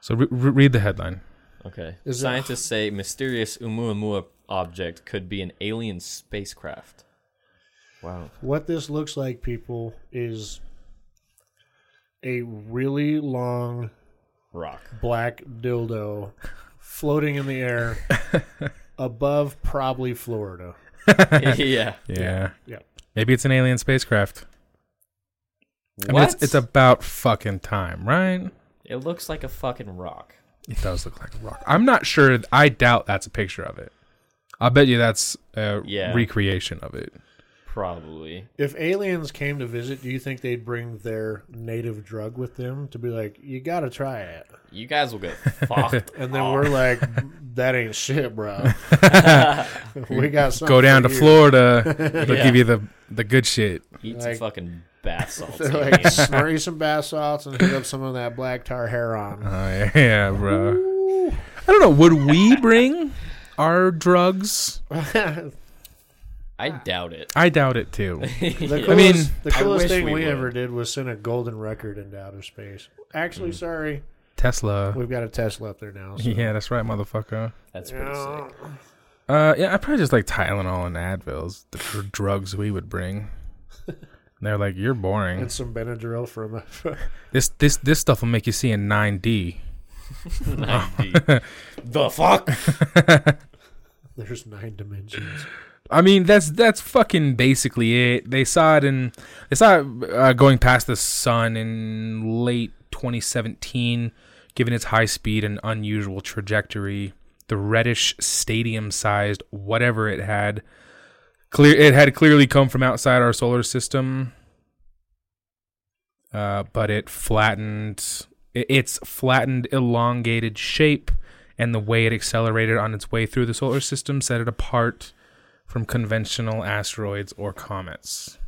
So re- re- read the headline.
Okay.
Is it-
Scientists say mysterious Umuamua object could be an alien spacecraft. Wow.
What this looks like, people, is a really long
Rock.
black dildo floating in the air above probably Florida.
yeah.
Yeah.
Yep.
Maybe it's an alien spacecraft.
What?
I mean, it's, it's about fucking time, right?
It looks like a fucking rock.
It does look like a rock. I'm not sure. I doubt that's a picture of it. I bet you that's a
Yeah.
recreation of it.
Probably.
If aliens came to visit, do you think they'd bring their native drug with them to be like, you got to try it?
You guys will get fucked.
And then we're like, that ain't shit, bro. we got something
Go down
for
to
you.
Florida. They'll
Yeah.
give you the the good shit.
eat
like-
some fucking bath salts.
They're like, smear you some bath salts and hit up some of that black tar hair on.
Oh, yeah, bro. I don't know. Would we bring our drugs?
I doubt it.
I doubt it too.
The coolest,
I mean-
the coolest
wish
thing we,
we would.
ever did was send a golden record into outer space.
Mm.
Actually, sorry,
Tesla.
we've got a Tesla up there now. So.
Yeah, that's right, motherfucker.
That's pretty sick.
Uh, yeah, I probably just like Tylenol and Advil's the dr- drugs we would bring. And they're like, you're boring.
and some Benadryl from a
This this this stuff will make you see in 9D.
the fuck?
there's nine dimensions.
I mean, that's that's fucking basically it. They saw it in they saw it, uh, going past the sun in late 2017, given its high speed and unusual trajectory. The reddish stadium-sized whatever it had, clear it had clearly come from outside our solar system. Uh, but it flattened i- its flattened, elongated shape and the way it accelerated on its way through the solar system set it apart from conventional asteroids or comets.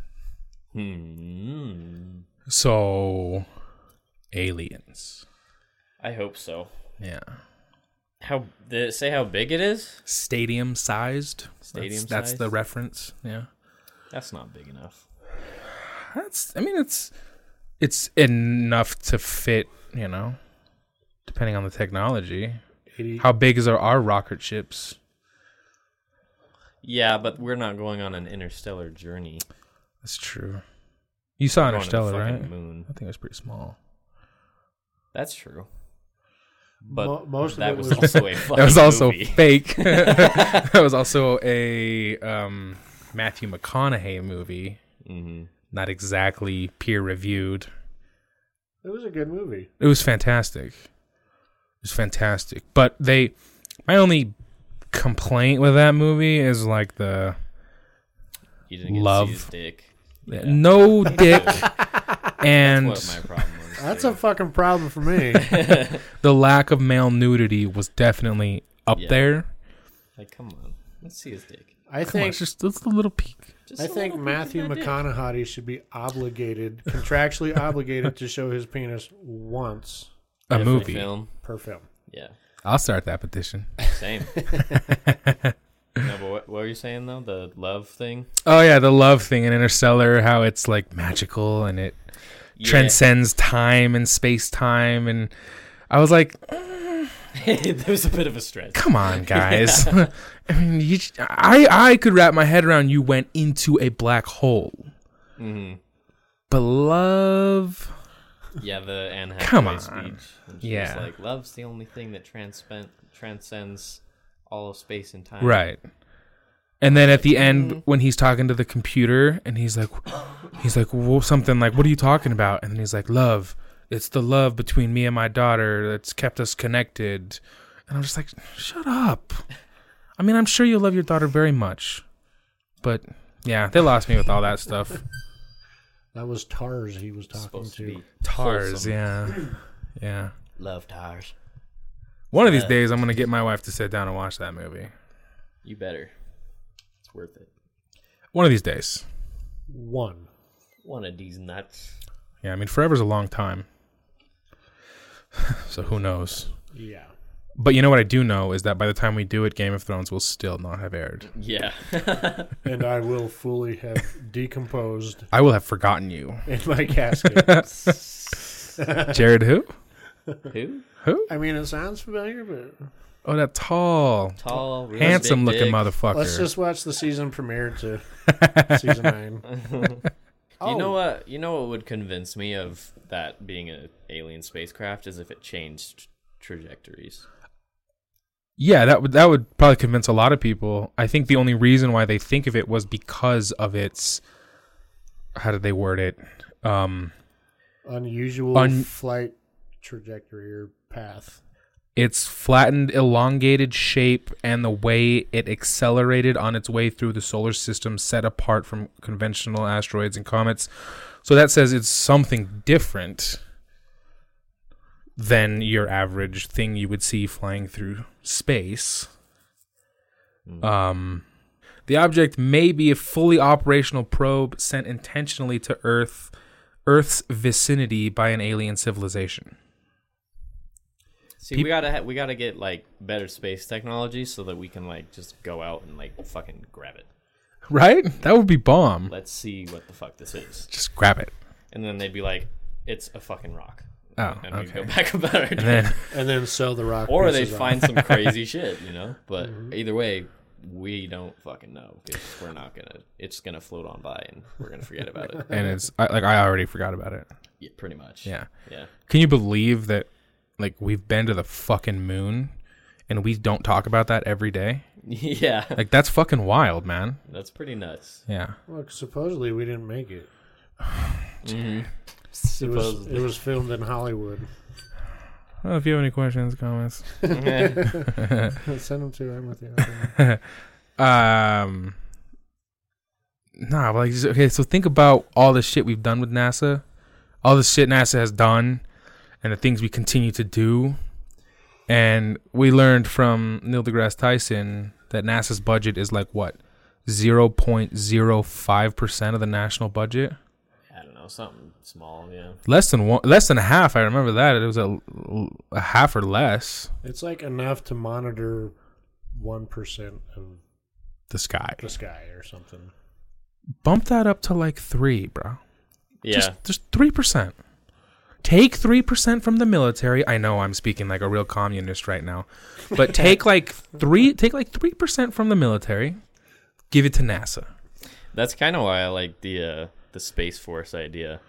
Hmm.
So, aliens.
I hope so.
Yeah.
How did it say how big it is?
Stadium sized. That's, that's
Stadium-sized?
the reference. Yeah.
That's not big enough.
That's. I mean, it's it's enough to fit. You know, depending on the technology.
80,
How big is our, our rocket ships?
Yeah, but we're not going on an interstellar journey.
That's true. You saw
We're going to the
Interstellar,
fucking
right?
Moon.
I think it was pretty small.
That's true. But
Mo- most of
that
it
was,
was-
also a fucking
that was also
movie.
fake. that was also a um, Matthew McConaughey movie,
Mhm.
not exactly peer reviewed.
it was a good movie.
It was fantastic. It was fantastic. But they, my only complaint with that movie is like the
You didn't get
Love.
to see his dick. Yeah.
no dick and
That's what my problem was.
That's
too.
a fucking problem for me.
the lack of male nudity was definitely up
Yeah.
there.
like, come on, let's see his dick.
Come
I
on,
think
it's just it's a little peek.
Just
I
a
think
little peek
Matthew
at that dick.
McConaughey should be obligated, contractually obligated, to show his penis once
A
Every
movie.
film.
per film.
Yeah,
I'll start that petition.
same. no, but what, what were you saying though? The love thing.
Oh yeah, the love thing in Interstellar, how it's like magical and it
Yeah.
transcends time and space time, and I was like,
there was a bit of a stretch.
come on, guys. I mean, you, j- I I could wrap my head around you went into a black hole,
hmm
but love.
Yeah, the Anne Hathaway
Come on.
speech. when she
Yeah.
was like love's the only thing that transpen- transcends all of space and time.
Right. And then at the end, when he's talking to the computer, and he's like, he's like, well, something like, "What are you talking about?" And then he's like, "Love. It's the love between me and my daughter that's kept us connected." And I'm just like, "Shut up." I mean, I'm sure you love your daughter very much, but yeah, they lost me with all that stuff.
That was Tars he was
It's
talking
supposed
to.
to be
Tars,
wholesome.
yeah, yeah.
Love tars.
One of these days, I'm gonna get my wife to sit down and watch that movie.
You better. It's worth it.
One of these days.
One.
One of these nuts.
Yeah, I mean, forever's a long time. so who knows?
Yeah.
But you know what I do know is that by the time we do it, Game of Thrones will still not have aired.
Yeah.
And I will fully have decomposed
I will have forgotten you.
in my casket.
Jared who?
Who?
I mean, it sounds familiar, but
Oh, that tall,
Tall, really
handsome
big
looking
dick.
motherfucker.
let's just watch the season premiere to season nine.
You
Oh.
Oh.
know what? You know what would convince me of that being an alien spacecraft is if it changed trajectories.
yeah, that would that would probably convince a lot of people. I think the only reason why they think of it was because of its how did they word it? Um
Unusual
Un-
flight trajectory or path.
its flattened, elongated shape and the way it accelerated on its way through the solar system set apart from conventional asteroids and comets. So that says it's something different than your average thing you would see flying through space. Um, the object may be a fully operational probe sent intentionally to Earth, Earth's vicinity by an alien civilization.
See, we gotta ha- we gotta get like better space technology so that we can like just go out and like fucking grab it.
Right? That would be bomb.
Let's see what the fuck this is,
Just grab it.
and then they'd be like, "It's a fucking rock,"
Oh,
and we go
okay.
back about our
And then
And then sell the rock.
or they
pieces off.
find some crazy shit, you know. But either way, we don't fucking know because we're not gonna. It's gonna float on by, and we're gonna forget about it.
and it's I, like I already forgot about it.
Yeah, pretty much.
Yeah.
Yeah.
Can you believe that like we've been to the fucking moon and we don't talk about that every day?
Yeah.
Like that's fucking wild, man.
That's pretty nuts.
Yeah.
Look, supposedly we didn't make it. It was,
Mm-hmm. Supposedly.
it was filmed in Hollywood.
Well, if you have any questions, comments.
Send them to him with you.
Um Nah, but, like just- okay, so think about all the shit we've done with NASA. All the shit NASA has done and the things we continue to do. And we learned from Neil deGrasse Tyson that NASA's budget is like what? 0.05% of the national budget?
I don't know. Something small. Yeah.
Less than one, less than half. I remember that. It was a, a half or less
It's like enough to monitor one percent of
the sky.
the sky or something.
Bump that up to like 3, bro.
Yeah.
Just three percent. Take three percent from the military. I know I'm speaking like a real communist right now, but take like three take like three percent from the military, give it to NASA.
That's kind of why I like the uh, the space force idea,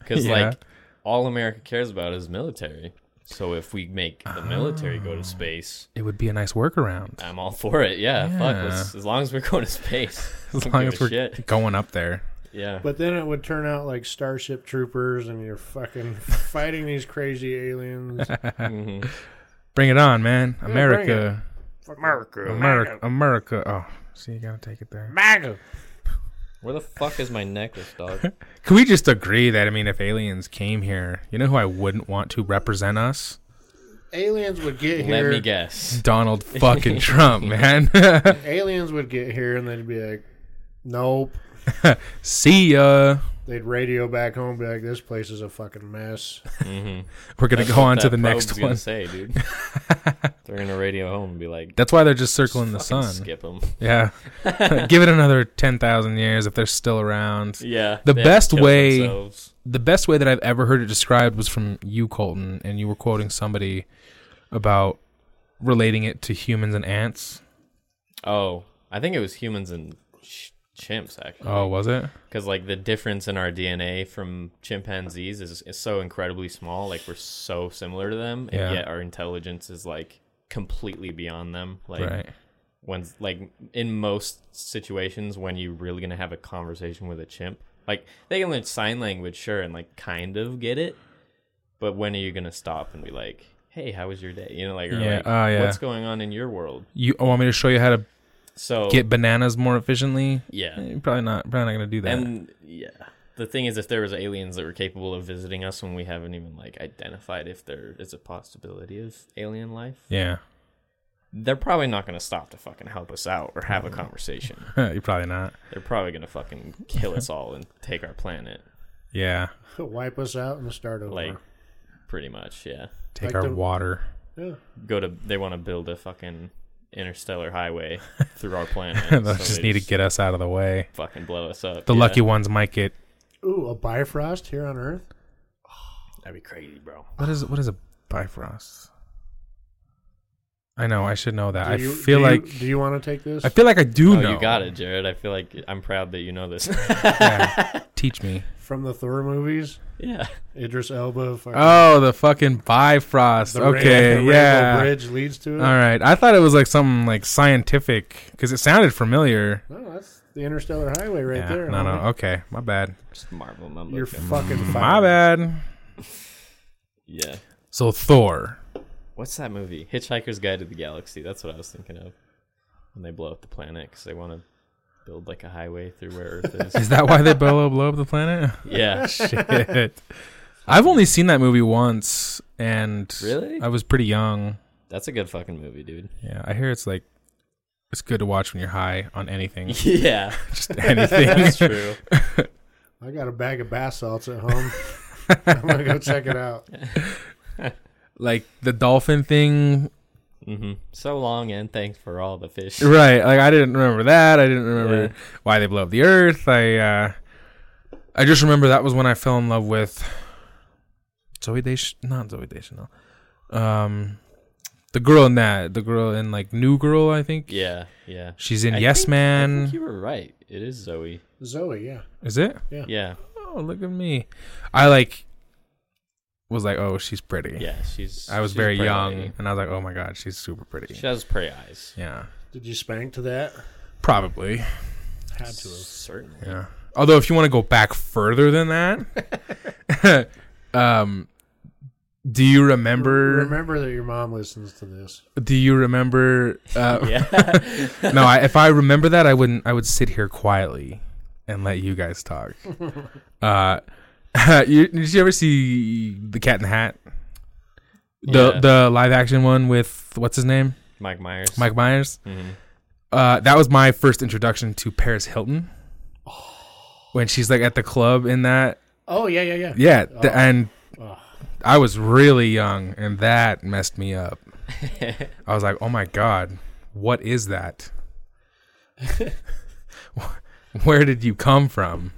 because
Yeah.
like all America cares about is military. So if we make the military
Ah.
go to space,
It would be a nice workaround
I'm all for it. Yeah, fuck.
Yeah.
let's- as long as we're going to space,
as long as we're
shit.
going up there.
Yeah,
But then it would turn out like Starship Troopers, and you're fucking fighting these crazy aliens.
hmm
Bring it on, man!
bring
America,
Fuck
America, America. Oh, see, you gotta take it there.
MAGA.
where the fuck is my necklace, dog?
Can we just agree that I mean, if aliens came here, you know who I wouldn't want to represent us?
Aliens would get
Let
here.
me guess.
Donald fucking Trump, man.
aliens would get here, and they'd be like, "Nope."
See ya.
They'd radio back home, be like, "This place is a fucking mess."
Mm-hmm.
We're gonna
That's
go
what
on to
that
the next
probe's gonna
one.
Say, dude. They're gonna radio home and be like,
That's why they're just circling the
"Fucking
sun.
Skip them.
Yeah. Give it another 10,000 years if they're still around.
Yeah.
The
they have to
best
kill
way-
themselves.
The best way that I've ever heard it described was from you, Colton, and you were quoting somebody about relating it to humans and ants.
Oh, I think it was humans and ch- chimps actually.
Oh, was it?
because like the difference in our DNA from chimpanzees is, is so incredibly small. Like we're so similar to them, and
Yeah.
yet our intelligence is like completely beyond them. Like
right.
when like in most situations when you're really gonna have a conversation with a chimp, like they can learn sign language, sure, and like kind of get it, but when are you gonna stop and be like? Hey, how was your day? You know, like, or
Yeah,
like,
oh, yeah.
what's going on in your world?
You oh, want me to show you how to
So,
get bananas more efficiently?
Oh. yeah,
Eh, Probably not. Probably not going to do that.
And yeah, the thing is, if there was aliens that were capable of visiting us when we haven't even like identified if there is a possibility of alien life,
yeah.
they're probably not gonna stop to fucking help us out or have a conversation.
You're probably not.
They're probably gonna fucking kill us all and take our planet,
Yeah.
Wipe us out and start over.
like pretty much. Yeah,
Take
Like
our
the-
water.
yeah.
go to they want to build a fucking interstellar highway through our planet.
They'll
so
just
they
need to get us out of the way.
fucking blow us up.
The
yeah.
lucky ones might get
Ooh, a Bifrost here on Earth.
that'd be crazy, bro.
What is what is a bifrost? I know I should know that.
Do
I
you-
feel
do you-
like
do you want to take this?
I feel like I do
Oh,
know.
you got it, Jared. I feel like I'm proud that you know this.
Yeah. Teach me.
From the Thor movies,
yeah.
Idris Elba. fucking-
Oh, the fucking bifrost.
the
okay,
Rainbow
yeah.
Bridge leads to it.
All right. I thought it was like something like scientific because it sounded familiar.
No, that's the Interstellar Highway right
yeah,
there.
no, no.
homie.
Okay, my bad.
Just Marvel mumbo.
You're
jumbo.
fucking fired.
My bad.
yeah.
So Thor.
What's that movie? Hitchhiker's Guide to the Galaxy. That's what I was thinking of. When they blow up the planet because they want to build like a highway through where Earth is.
Is that why they blow, blow up the planet?
yeah.
Shit. I've only seen that movie once, and
Really?
I was pretty young.
That's a good fucking movie, dude.
Yeah, I hear it's like it's good to watch when you're high on anything,
Yeah.
just anything.
That's true.
I got a bag of bath salts at home. I'm gonna go check it out.
like the dolphin thing,
hmm So long and thanks for all the fish.
right? Like I didn't remember that. I didn't remember
Yeah.
why they blow up the Earth. I uh, I just remember that was when I fell in love with Zoe Desch, not Zoe Deschanel, um, the girl in that, the girl in like New Girl, I think.
Yeah. Yeah.
She's in
I
Yes
think- I
Man.
think you were right. It is Zoe.
Zoe, yeah.
Is it?
Yeah.
Oh, look at me. I like was like, oh, she's pretty.
Yeah. She's.
I was
she's a
very
pretty
young,
lady.
and I was like, "Oh my god, she's super pretty."
She has pretty eyes.
Yeah,
Did you spank to that?
probably.
Had to. have.
Certainly.
Yeah. Although, if you want to go back further than that, um, do you remember?
Remember that your mom listens to this.
Do you remember? Uh,
Yeah.
no, I, if I remember that, I wouldn't. I would sit here quietly and let you guys talk. Uh, you, did you ever see the Cat in the Hat? The
Yeah.
the live action one with what's his name,
Mike Myers.
Mike Myers.
Mhm.
uh, that was my first introduction to Paris Hilton. When she's like at the club in that,
Oh yeah, yeah, yeah.
yeah, th-
Oh.
and
Oh.
I was really young, and that messed me up. I was like, "Oh my god, what is that? Wh- Where did you come from?"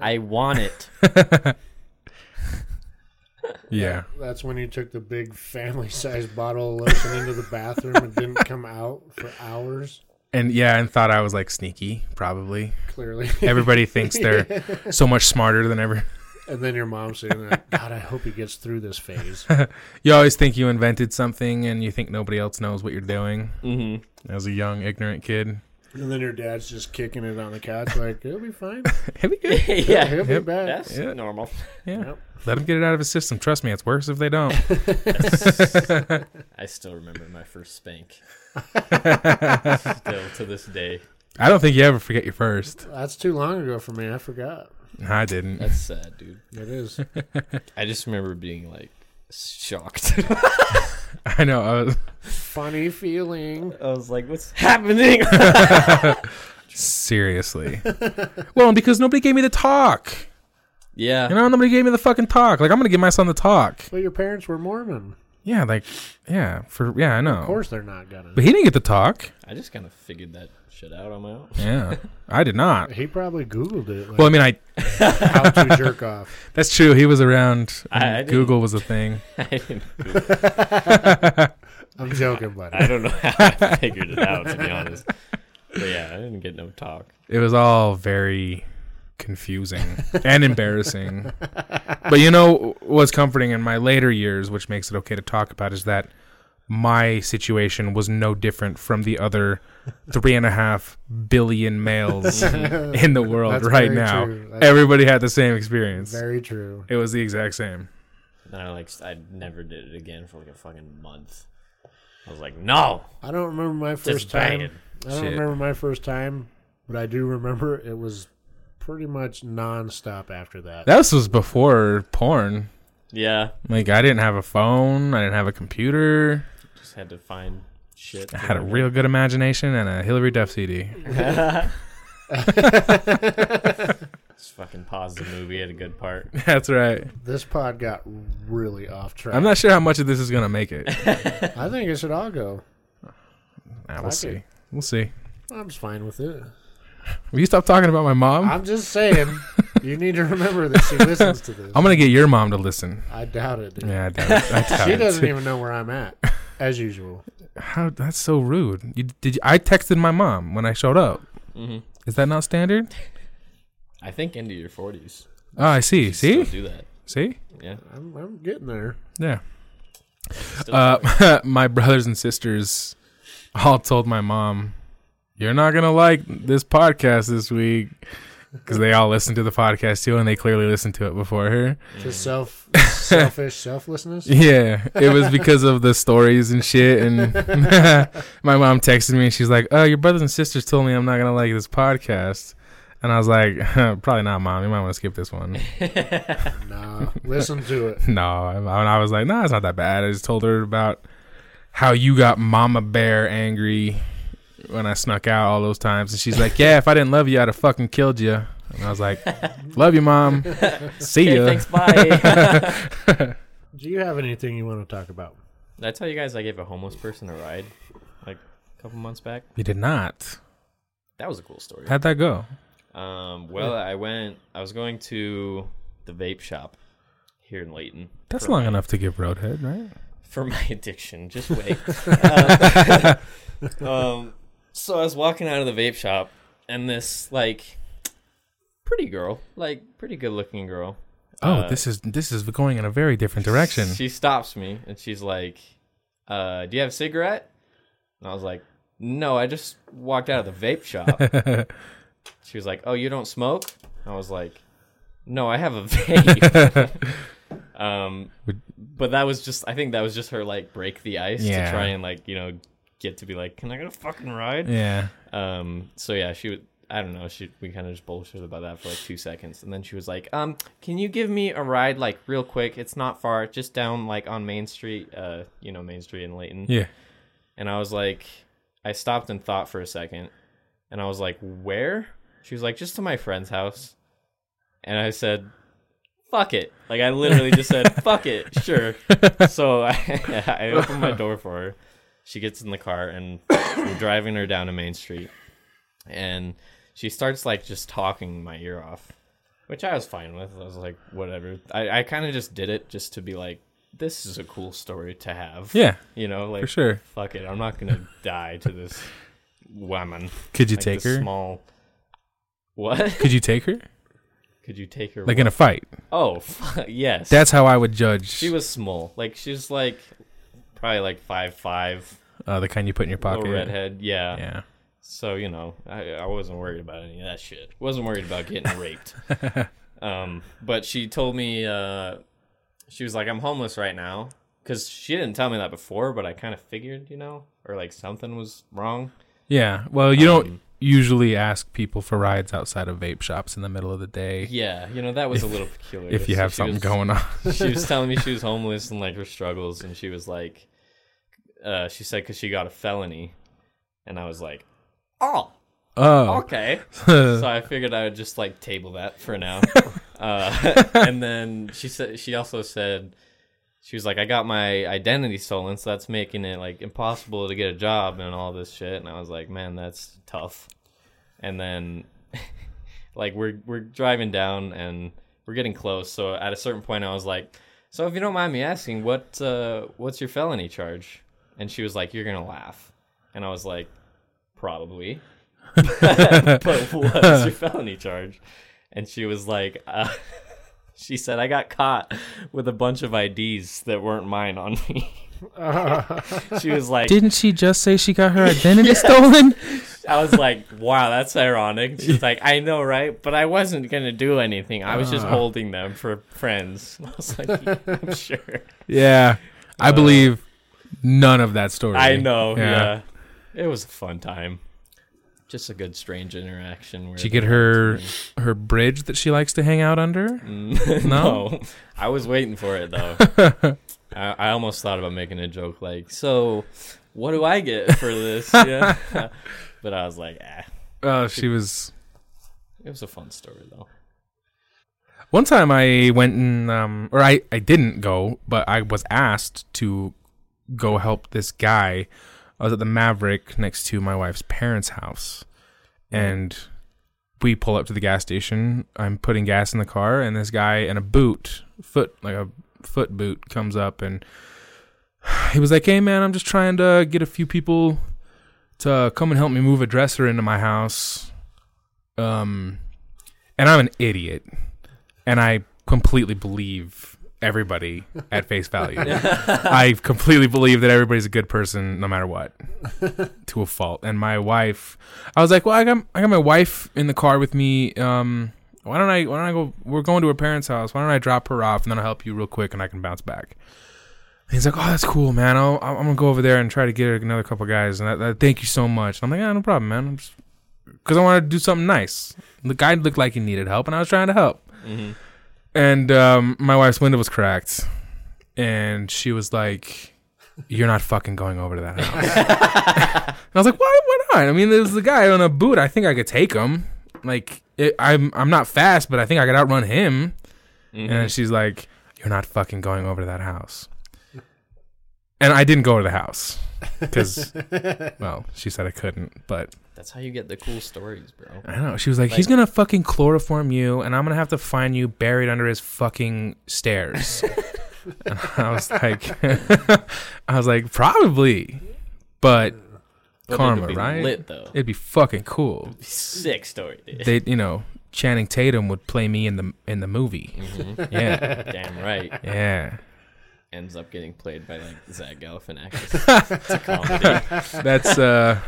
I want it.
Yeah.
That's when you took the big family sized bottle of lotion into the bathroom and didn't come out for hours,
And yeah, and thought I was like sneaky, probably.
clearly.
Everybody thinks they're so much smarter than ever.
and then your mom's sitting there, like, God, I hope he gets through this phase.
You always think you invented something and you think nobody else knows what you're doing
hmm
as a young, ignorant kid.
And then your dad's just kicking it on the couch, like, he'll be fine.
It'd be good.
Yeah,
yeah,
he'll be
Yep.
back.
that's
Yeah.
normal.
Yeah.
Yep.
Let him get it out of his system. Trust me, it's worse if they don't.
I still remember my first spank. still to this day,
I don't think you ever forget your first.
That's too long ago for me. I forgot.
I didn't.
that's sad, dude.
It is.
I just remember being like shocked.
I know. I was
Funny feeling.
I was like, "What's happening?"
seriously. well, because nobody gave me the talk.
yeah,
You know, nobody gave me the fucking talk. Like I'm gonna give my son the talk.
Well, your parents were Mormon.
Yeah, like yeah, for yeah, I know.
Of course they're not gonna.
Oh. But he didn't get the talk.
I just kind of figured that shit out on my own.
Yeah. I did not.
He probably Googled it. Like,
Well, I mean I
how to jerk off.
that's true. He was around
I- I
Google was a thing.
I, didn't,
I'm joking, buddy.
I don't know how I figured it out to be honest. But yeah, I didn't get no talk.
It was all very confusing and embarrassing. But you know what's comforting in my later years, which makes it okay to talk about, is that my situation was no different from the other three and a half billion males in the world
That's
right
very
now.
true. That's
Everybody had the same experience.
Very true.
It was the exact same.
And I like, I never did it again for like a fucking month. I was like, "No,
I don't remember my first
just
time.
bang it."
I don't
Shit.
remember my first time, but I do remember it was pretty much nonstop after that.
This was before porn.
Yeah,
Like I didn't have a phone, I didn't have a computer.
just had to find shit.
I had a real good imagination and a Hillary Duff CD.
Just fucking pause the movie at a good part.
That's right.
This pod got really off track.
I'm not sure how much of this is gonna make it.
I think it should all go.
Nah,
Fuck
we'll see.
it.
We'll see.
I'm just fine with it.
Will you stop talking about my mom? I'm,
I'm just saying, you need to remember that she listens to this.
gonna get your mom to listen.
I doubt it. Dude.
Yeah, I doubt it. I doubt
She
it.
doesn't even know where I'm at, as usual.
How? That's so rude. You did? You, I texted my mom when I showed up.
Mm-hmm.
Mhm.
Is that not standard?
I think into your forties.
Oh, I see.
Still
See?
do that.
See?
Yeah.
I'm, I'm getting there.
Yeah.
Still
Uh, my brothers and sisters all told my mom, "You're not gonna like this podcast this week," because they all listened to the podcast too, and they clearly listened to it before her.
Mm-hmm.
Just self, selfish selflessness.
Yeah, it was because of the stories and shit. And my mom texted me and she's like, "Oh, your brothers and sisters told me I'm not gonna like this podcast," and I was like, "Probably not, mom. You might want to skip this one."
No, listen to it.
no, and I was like, "No, it's not that bad." I just told her about how you got Mama Bear angry when I snuck out all those times, and she's like, "Yeah, if I didn't love you, I'd have fucking killed you." And I was like, "Love you, mom. See
Okay,
ya."
thanks. Bye.
Do you have anything you want to talk about?
Did I tell you guys I gave a homeless person a ride like a couple months back?
you did not.
That was a cool story.
How'd that go?
Um, well, I went. I was going to the vape shop here in Layton.
That's
for
long
my-
enough to give Roadhead, right?
for my addiction. Just wait. Uh, um, so I was walking out of the vape shop, and this like pretty girl, like pretty good looking girl.
Oh,
uh,
this is this is going in a very different direction.
She stops me and she's like, uh, "Do you have a cigarette?" And I was like, "No, I just walked out of the vape shop." she was like, "Oh, you don't smoke?" I was like, "No, I have a vape." um,
Would-
but that was just—I think that was just her like break the ice
Yeah.
to try and like you know get to be like, "Can I get a fucking ride?"
yeah.
Um, so yeah, she would. I don't know. She we kind of just bullshit about that for like two seconds, and then she was like, "Um, can you give me a ride like real quick? It's not far, just down like on Main Street, uh, you know, Main Street in Layton."
Yeah.
And I was like, I stopped and thought for a second, and I was like, "Where?" She was like, "Just to my friend's house," and I said, "Fuck it!" Like I literally just said, "Fuck it," sure. So I, I opened my door for her. She gets in the car, and I'm driving her down to Main Street, and she starts like just talking my ear off, which I was fine with. I was like, whatever. I, I kind of just did it just to be like, this is a cool story to have.
Yeah,
You know, like
for sure.
fuck it. I'm not gonna die to this woman.
Could you
Like,
take
this
her?
Small. What?
Could you take her?
Could you take her?
Like in a fight.
oh, fuck, yes.
That's how I would judge
she was small. Like she's like probably like five five,
uh, the kind you put in your pocket.
little redhead. Yeah.
Yeah.
So you know, I, I wasn't worried about any of that shit. wasn't worried about getting raped. Um, but she told me uh, she was like, "I'm homeless right now," because she didn't tell me that before, but I kind of figured, you know, or like something was wrong.
Yeah. Well, you
Um,
don't usually ask people for rides outside of vape shops in the middle of the day
Yeah, you know, that was a little peculiar.
if you
So
have
she
something
was-
going on.
she was telling me she was homeless and like her struggles and she was like uh, she said because she got a felony and i was like oh
Oh.
okay so i figured i would just like table that for now uh, and then she said she also said she was like i got my identity stolen so that's making it like impossible to get a job and all this shit and i was like man that's tough and then like we're we're driving down and we're getting close so at a certain point i was like so if you don't mind me asking what uh what's your felony charge and she was like you're gonna laugh and i was like probably but what's your felony charge and she was like uh she said i got caught with a bunch of ids that weren't mine on me she was like
Didn't she just say she got her identity stolen?
I was like, wow, that's ironic. She's like, I know, right? But I wasn't going to do anything. I was just
Uh.
holding them for friends. I was like, I'm sure.
Yeah. I believe none of that story.
Uh, I know, yeah. It was a fun time. Just a good strange interaction. Where
Did she get her her bridge that she likes to hang out under?
no. I was waiting for it, though. I, I almost thought about making a joke like, so what do I get for this? Yeah. but I was like, ah.
Oh, she was
It was a fun story, though.
One time I went and um or I I didn't go, but I was asked to go help this guy. I was at the Maverick next to my wife's parents' house. And we pull up to the gas station. I'm putting gas in the car and this guy in a boot, foot like a foot boot comes up and he was like, "Hey man, I'm just trying to get a few people to come and help me move a dresser into my house." Um and I'm an idiot and I completely believe everybody at face value. I completely believe that everybody's a good person no matter what, to a fault. And my wife, I was like, well, I got I got my wife in the car with me. Um, why don't I why don't I go? We're going to her parents' house. Why don't I drop her off and then I'll help you real quick and I can bounce back. And he's like, oh, that's cool, man. I'll, I'm gonna go over there and try to get another couple guys. And I, I, thank you so much. And I'm like, yeah, no problem, man. I'm just because I wanted to do something nice. The guy looked like he needed help, and I was trying to help
hmm
and um, my wife's window was cracked, and she was like, "You're not fucking going over to that house." and I was like, "Why? Why not? I mean, there's the guy on a boot. I think I could take him. Like, it, I'm I'm not fast, but I think I could outrun him." And she's like, "You're not fucking going over to that house." And I didn't go to the house because, well, she said I couldn't, but.
That's how you get the cool stories, bro.
I don't know. She was like,
Like-
he's gonna fucking chloroform you, and I'm gonna have to find you buried under his fucking stairs. and I was like, I was like, probably, but
But it
Karma,
could be
right?
Lit though.
it'd be fucking cool.
Sick story. dude.
They, you know, Channing Tatum would play me in the in the movie. Yeah,
Damn right.
yeah.
Ends up getting played by like Zach Galifianakis. it's a comedy.
That's uh,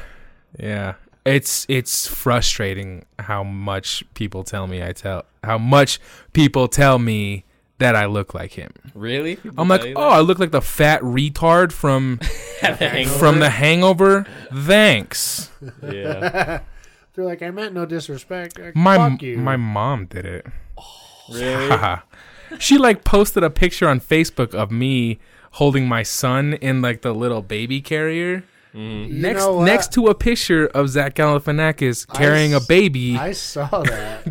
yeah. It's it's frustrating how much people tell me I tell how much people tell me that I look like him.
Really? People
I'm
tell
like,
you
oh, I look like the fat retard from
that? Thanks.
from The Hangover. Thanks.
yeah.
They're like, I meant no disrespect. Like,
My
Fuck you.
my mom did it.
Really?
Haha. she like posted a picture on Facebook of me holding my son in like the little baby carrier.
You
Next
know what?
next to a picture of Zach Galifianakis carrying a
s-
baby.
I saw that.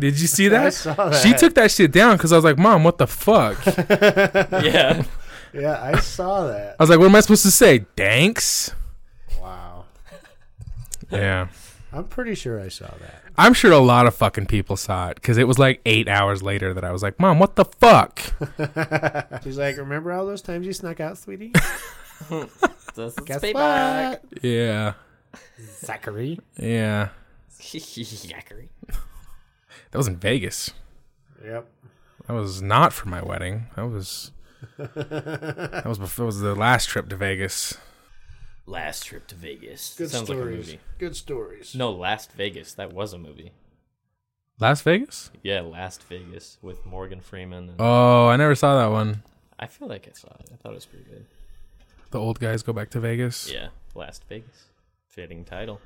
did you see that?
saw that.
She took that shit down because I was like, "Mom, what the fuck?" I
yeah.
yeah, I saw that.
was like, "What am I supposed to say?" Thanks.
Wow.
Yeah,
I'm pretty sure I saw that.
I'm sure a lot of fucking people saw it because it was like eight hours later that I was like, Mom, what the fuck?
She's like, remember all those times you snuck out, sweetie?
This is
Guess
payback.
what?
Yeah.
Zachary.
Yeah.
Zachary.
That was in Vegas.
Yep.
That was not for my wedding. That was. that was before, that was the last trip to Vegas.
Last trip to Vegas.
Good
Sounds like a
stories.
movie.
Good stories.
No, Last Vegas. That was a movie.
Las Vegas?
Yeah, Last Vegas with Morgan Freeman. And
Oh, I never saw that one.
I feel like I saw it. I thought it was pretty good.
The old guys go back to Vegas.
Yeah, Last Vegas. Fitting title.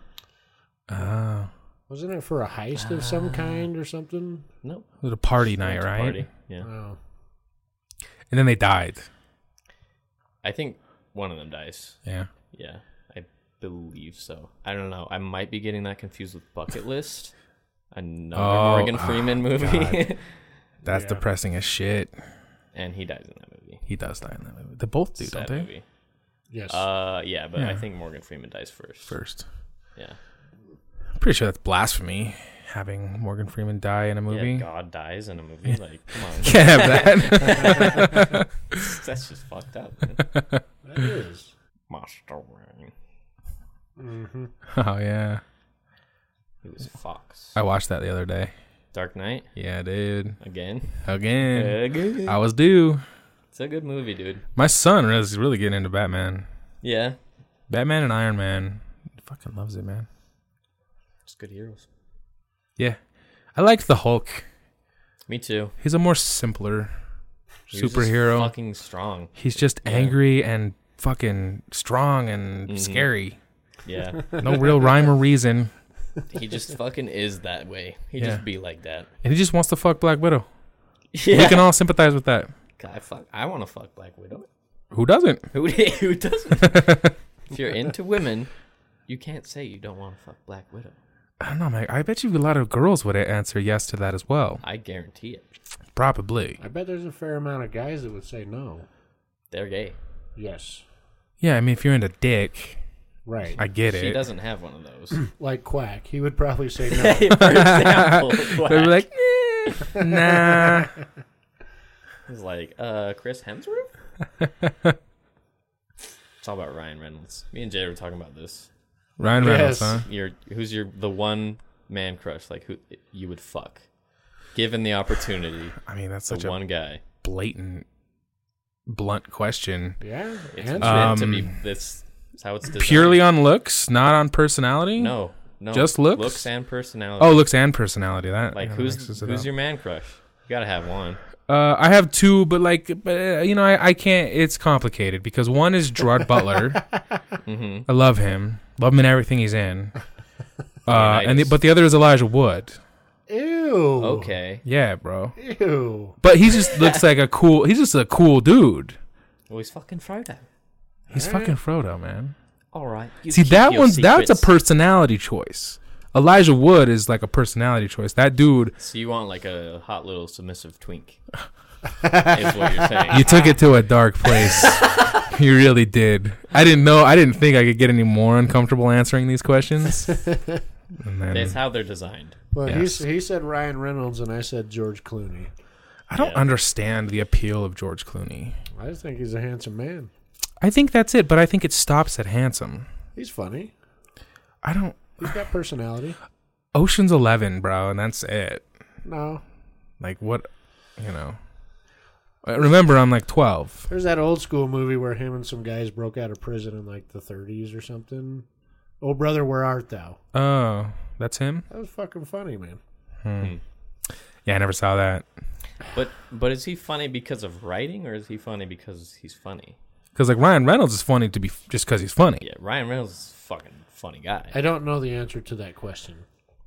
Oh,
Wasn't it for a heist of some kind or something?
Nope.
it was a party night,
It's a
right?
Party. Yeah.
Oh.
And then they died.
I think one of them dies.
Yeah.
Yeah, I believe so. I don't know. I might be getting that confused with Bucket List, another
Oh,
Morgan
ah,
Freeman movie,
That's
Yeah.
depressing as shit.
and he dies in that movie.
He does die in that movie. They both do, don't
Sad
they?
movie.
Yes.
Uh, yeah, but I
Yeah.
think Morgan Freeman dies first.
First.
Yeah.
I'm pretty sure that's blasphemy having Morgan Freeman die in a movie.
Yeah, God dies in a movie. Like, come on,
Can't have that.
that's just fucked up. Man.
that is.
Master Wang.
Mm-hmm.
oh yeah.
He was Fox.
I watched that the other day.
Dark Knight
Yeah, dude.
again.
Again.
Again.
I was due.
Uh, It's a good movie, dude.
My son is really getting into Batman.
Yeah,
Batman and Iron Man. He fucking loves it, man.
it's good heroes.
Yeah. I like the Hulk.
Me too.
He's a more simpler
He was just
superhero.
fucking strong.
He's just angry and fucking strong and
Mm-hmm.
scary.
Yeah.
No real rhyme or reason.
He just fucking is that way. He
Yeah.
just be like that.
And he just wants to fuck Black Widow. We
Yeah.
can all sympathize with that.
I fuck. I want to fuck Black Widow.
Who doesn't?
Who who doesn't? if you're into women, you can't say you don't want to fuck Black Widow.
I don't know, man. I bet you a lot of girls would answer yes to that as well.
I guarantee it.
Probably.
I bet there's a fair amount of guys that would say no.
They're gay.
Yes.
Yeah, I mean, if you're into dick,
Right.
I get
She
it.
doesn't have one of those.
like Quack. He would probably say no.
For example,
They'd be
Black
like, "Eh, nah.
is like uh, Chris Hemsworth. it's all about Ryan Reynolds. Me and Jay were talking about this.
Ryan Reynolds,
Yes.
huh?
Your who's your the one man crush like who you would fuck, given the opportunity.
I mean, that's
The
such a
one guy.
blatant, blunt question.
yeah.
It's
answer.
meant to be
Um,
this. It's how it's designed.
Purely on looks, not on personality?
no, no,
just looks?
looks and personality.
Oh, looks and personality. That
like
yeah, that
who's
mixes it
who's
up.
your man crush? You gotta have one.
Uh, I have two, but like, but uh, you know, I, I can't. It's complicated because one is Gerard Butler.
Mm-hmm.
I love him. Love him in everything he's in. Uh, and the,
Leonidas.
but the other is Elijah Wood.
Ew.
Okay,
Yeah, bro.
Ew.
But he just looks like a cool. He's just a cool dude.
well he's fucking Frodo.
He's fucking Frodo, man.
All right,
See that one's that's a personality choice. Elijah Wood is like a personality choice. That dude,
So you want like a hot little submissive twink? is what you're saying?
you took it to a dark place. you really did. I didn't know. I didn't think I could get any more uncomfortable answering these questions. And then-
That's how they're designed.
Well, he
Yes.
he, he said Ryan Reynolds and I said George Clooney.
I don't
Yeah.
understand the appeal of George Clooney.
I just think he's a handsome man.
I think that's it, but I think it stops at handsome.
He's funny.
I don't.
He's got personality.
Ocean's Eleven, bro, and that's it.
No.
Like what, you know? Uh, Remember, I'm like 12.
There's that old school movie where him and some guys broke out of prison in like the 30s or something. Oh, brother, where art thou?
Oh, that's him.
That was fucking funny, man.
Yeah, I never saw that
But but is he funny because of writing or is he funny because he's funny?
because like Ryan Reynolds is funny to be just because he's funny.
Yeah, Ryan Reynolds is a fucking funny guy.
I don't know the answer to that question.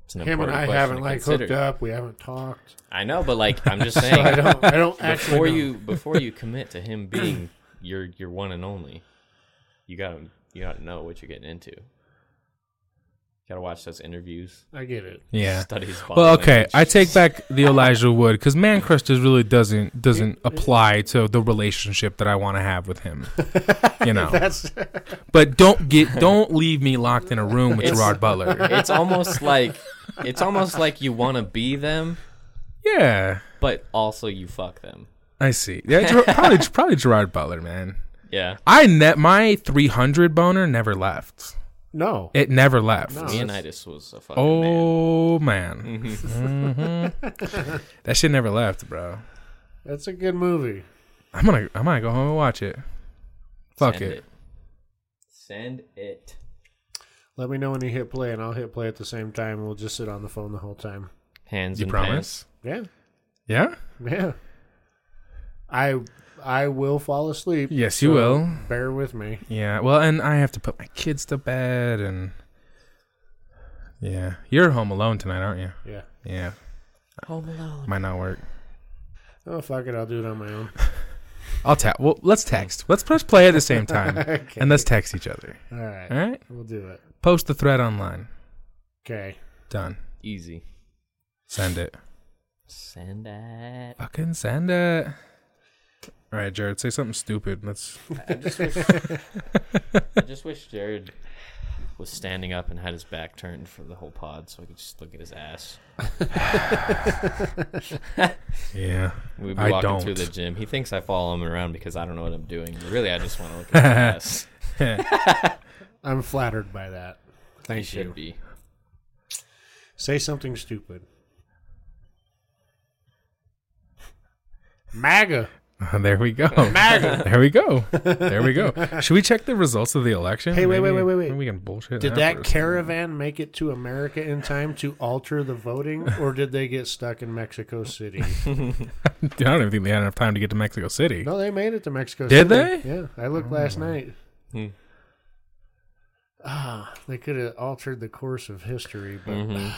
It's an
Him and
important
I
question
haven't
to
like
consider.
hooked up. We haven't talked.
I know, but like I'm just
I
saying
don't. I don't actually.
before
know.
you before you commit to him being your your one and only, you gotta you gotta know what you're getting into. gotta watch those interviews.
I get it.
Yeah.
Studies. body
Well, okay,
language.
I take back the Elijah Wood because Man Crushers really doesn't doesn't apply to the relationship that I want to have with him. You know,
That's
but don't get don't leave me locked in a room with
It's-
Gerard Butler.
it's almost like it's almost like you want to be them,
Yeah,
but also you fuck them.
I see. Yeah, Ger- probably probably Gerard Butler, man.
Yeah,
I net my 300 boner never left.
no.
It never left.
No.
Leonidas was a fucking man.
Oh man, Mhm. that shit never left, bro.
That's a good movie.
I'm gonna I might go home and watch it. Fuck
Send
it.
Send it.
Let me know when you hit play, and I'll hit play at the same time. We'll just sit on the phone the whole time.
Hands
You
in
promise?
Yeah,
Yeah.
yeah. I I will fall asleep.
Yes, you will.
Bear with me.
Yeah. Well, and I have to put my kids to bed, and yeah, you're home alone tonight, aren't you?
Yeah.
Yeah,
Home Alone.
might not work.
Oh fuck it, I'll do it on my own.
I'll tap. Well, let's text. Let's press play at the same time, and let's text each other.
All right.
All right.
We'll do it.
Post the thread online.
Okay.
Done.
Easy.
Send it.
Send it.
Fucking send it. All right, Jared, say something stupid. Let's.
I just wish, I just wish Jared was standing up and had his back turned for the whole pod, so I could just look at his ass.
Yeah.
We'd be
I
walking through
don't.
the gym. He thinks I follow him around because I don't know what I'm doing. But really, I just want to look at his ass.
I'm flattered by that.
He
Thank you.
should be.
Say something stupid. MAGA.
there we go. There we go. There we go. Should we check the results of the election?
Hey, wait, wait,
Maybe-
wait, wait, wait.
maybe We can bullshit.
Did
for
that
a
caravan make it to America in time to alter the voting, or did they get stuck in Mexico City?
Dude, I don't even think they had enough time to get to Mexico City.
No, they made it to Mexico
Did
City. Yeah, I looked last night.
Hmm.
Ah, they could have altered the course of history, but they
Mm-hmm. God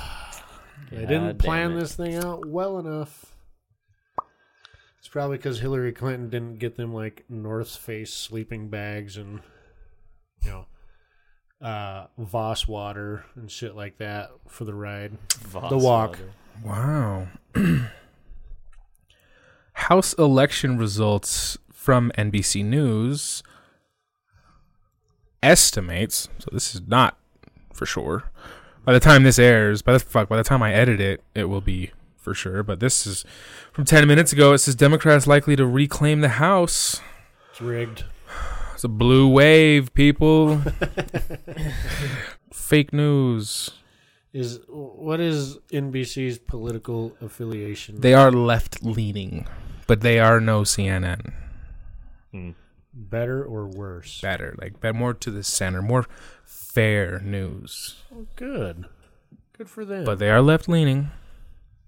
didn't
Ah, damn
plan
it.
this thing out well enough. It's probably because Hillary Clinton didn't get them like North Face sleeping bags and you know uh Voss water and shit like that for the ride.
Voss
The walk.
mother.
Wow. House election results from NBC News estimates. So this is not for sure. By the time this airs, by the fuck, by the time I edit it, it will be for sure. But this is from ten minutes ago. It says Democrats likely to reclaim the House.
It's rigged.
It's a blue wave, people. Fake news.
Is what is NBC's political affiliation?
They are left leaning, but they are no CNN.
better or worse?
better, like be- more to the center, more fair news.
Good. Good for them.
But they are left leaning.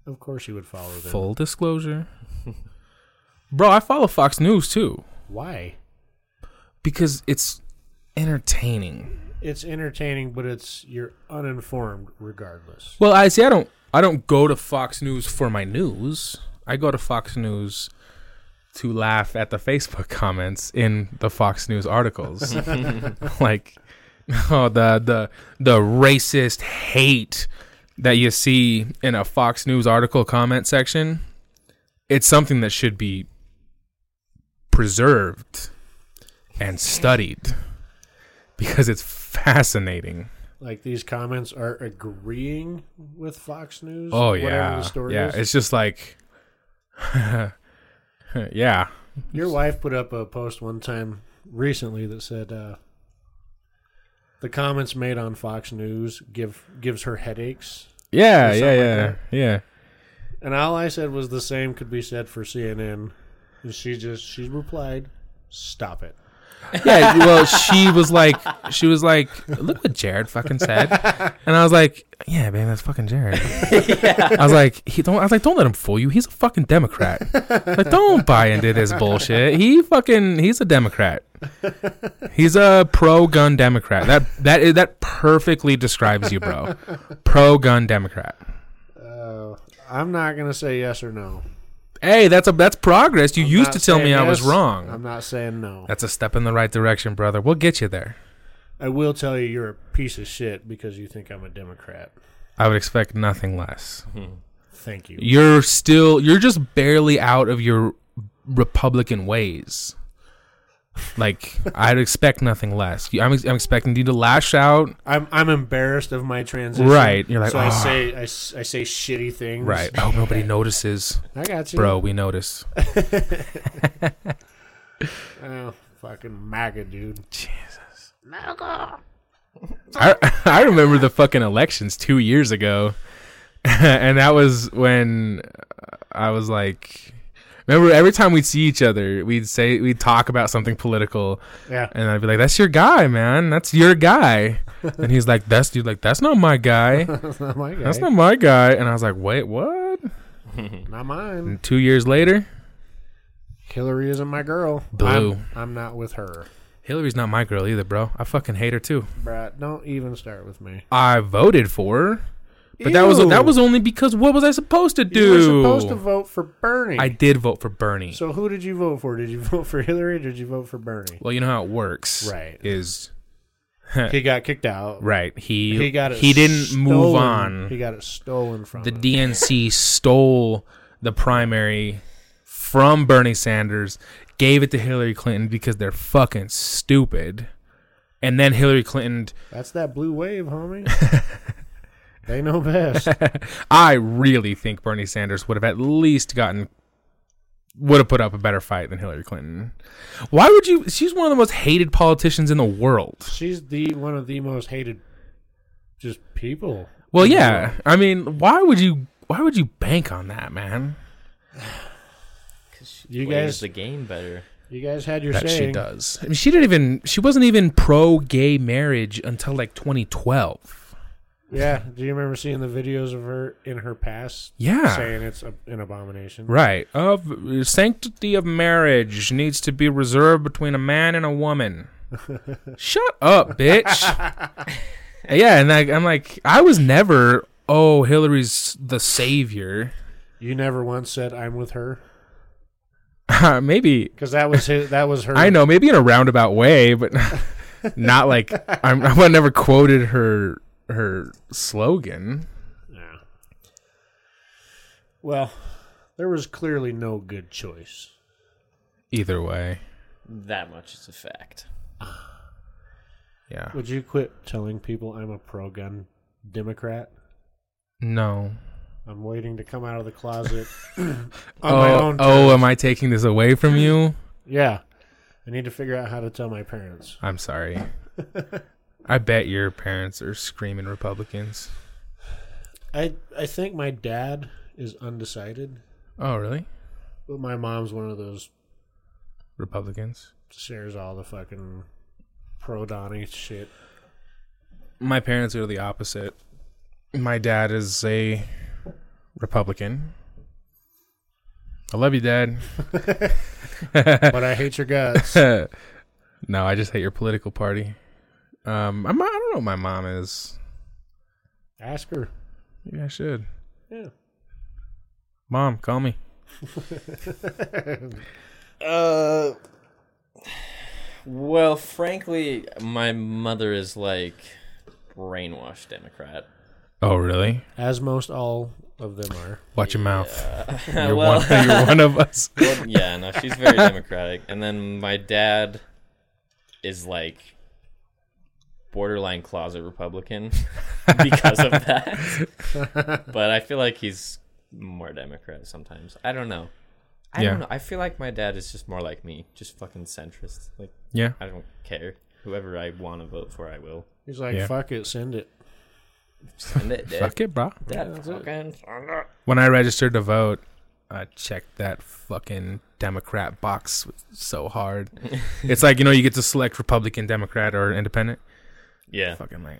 of course you would follow them.
Full disclosure, bro. I follow Fox News too
Why?
because it's entertaining.
It's entertaining, but it's you're uninformed regardless.
Well, I see. I don't. I don't go to Fox News for my news. I go to Fox News to laugh at the Facebook comments in the Fox News articles, like oh the the the racist hate that you see in a Fox News article comment section. It's something that should be preserved and studied because it's fascinating.
Like these comments are agreeing with Fox News.
Oh
whatever
yeah,
the story
yeah.
is.
It's just like, yeah,
Your wife put up a post one time recently that said uh, the comments made on Fox News give gives her headaches,
yeah,
Or something
yeah,
like
yeah,
that.
yeah.
and all I said was the same could be said for CNN, and she just she replied, "Stop it."
Yeah. Well, she was like, she was like, look what Jared fucking said, and I was like, yeah, babe, that's fucking Jared. I was like, he don't. I was like, don't let him fool you. He's a fucking Democrat. like, don't buy into this bullshit. He fucking, he's a Democrat. He's a pro-gun Democrat. That that is that perfectly describes you, bro. Pro-gun Democrat.
Uh, I'm not gonna say yes or no.
Hey, that's a that's progress. You
I'm
used
not
to tell me
saying
I was
yes.
wrong.
I'm not saying no.
that's a step in the right direction, brother. We'll get you there.
I will tell you, you're a piece of shit because you think I'm a Democrat.
I would expect nothing less.
Mm-hmm. Thank you.
You're still you're just barely out of your Republican ways. Like I'd expect nothing less. You- I'm, I'm expecting you to lash out.
I'm I'm embarrassed of my transition.
Right, you're like,
so I
"Ah."
say I, s- I say shitty things.
Right. I hope Oh, nobody notices,
I got you,
bro. We notice.
Oh, fucking MAGA, dude.
I I remember the fucking elections two years ago, and that was when I was like, remember every time we'd see each other, we'd say we'd talk about something political,
Yeah.
and I'd be like, "That's your guy, man. That's your guy," and he's like, "That's dude. Like that's not my guy.
That's not my guy.
That's not my guy." And I was like, "Wait, what?"
Not mine.
And two years later,
Hillary isn't my girl.
Blue.
I'm, I'm not with her.
Hillary's not my girl either, bro. I fucking hate her too.
Bruh, don't even start with me.
I voted for her, but that was
Ew.
that was only because what was I supposed to do?
You were supposed to vote for Bernie.
I did vote for Bernie.
so who did you vote for? Did you vote for Hillary? or Did you vote for Bernie?
Well, you know how it works,
Right.
Is
He got kicked out.
right. He
He got it.
he didn't move
stolen.
on.
He got it stolen from
the
him.
DNC stole the primary from Bernie Sanders, gave it to Hillary Clinton because they're fucking stupid. And then Hillary Clinton,
That's that blue wave, homie. they know best.
I really think Bernie Sanders would have at least gotten would have put up a better fight than Hillary Clinton. Why would you she's one of the most hated politicians in the world.
She's the one of the most hated, just people.
Well, yeah. I mean, why would you? Why would you bank on that, man?
You
Plays
guys-
the game better.
You guys had your
That
say.
she does. I mean, she didn't even. She wasn't even pro gay marriage until like 2012.
Yeah. Do you remember seeing the videos of her in her past?
Yeah.
Saying it's a, an abomination.
Right. Of sanctity of marriage needs to be reserved between a man and a woman. Shut up, bitch. yeah, and I, I'm like, I was never. Oh, Hillary's the savior.
You never once said I'm with her
Maybe
because that was his, that was her.
I know, maybe in a roundabout way, but not like I'm, I never quoted her her slogan.
Yeah. Well, there was clearly no good choice.
Either way,
That much is a fact.
yeah,
Would you quit telling people I'm a pro-gun Democrat?
no.
I'm waiting to come out of the closet on my
Oh,
own.
oh, am I taking this away from you?
Yeah. I need to figure out how to tell my parents.
I'm sorry. I bet your parents are screaming Republicans.
I I think my dad is undecided,
Oh, really?
but my mom's one of those
Republicans.
shares all the fucking pro Donnie shit.
My parents are the opposite. My dad is a Republican. I love you, Dad.
But I hate your guts.
no, I just hate your political party. Um, I'm, I don't know what my mom is.
Ask her.
Maybe I should.
Yeah.
Mom, call me.
Uh, well, frankly, my mother is like brainwashed Democrat.
Oh, really?
As most all of them are.
Watch your mouth. You're,
well,
one, you're one of us.
well, yeah, no, she's very democratic. And then my dad is like borderline closet Republican because of that. but I feel like he's more Democrat sometimes. I don't know. I
Yeah.
don't know. I feel like my dad is just more like me, just fucking centrist. Like
Yeah.
I don't care. Whoever I want to vote for, I will.
He's like,
Yeah.
fuck it, send it.
Send it, Dad.
Fuck it, bro.
Dad, fucking send it.
When I registered to vote, I checked that fucking Democrat box so hard. it's like, you know, you get to select Republican, Democrat, or Independent.
Yeah.
Fucking like,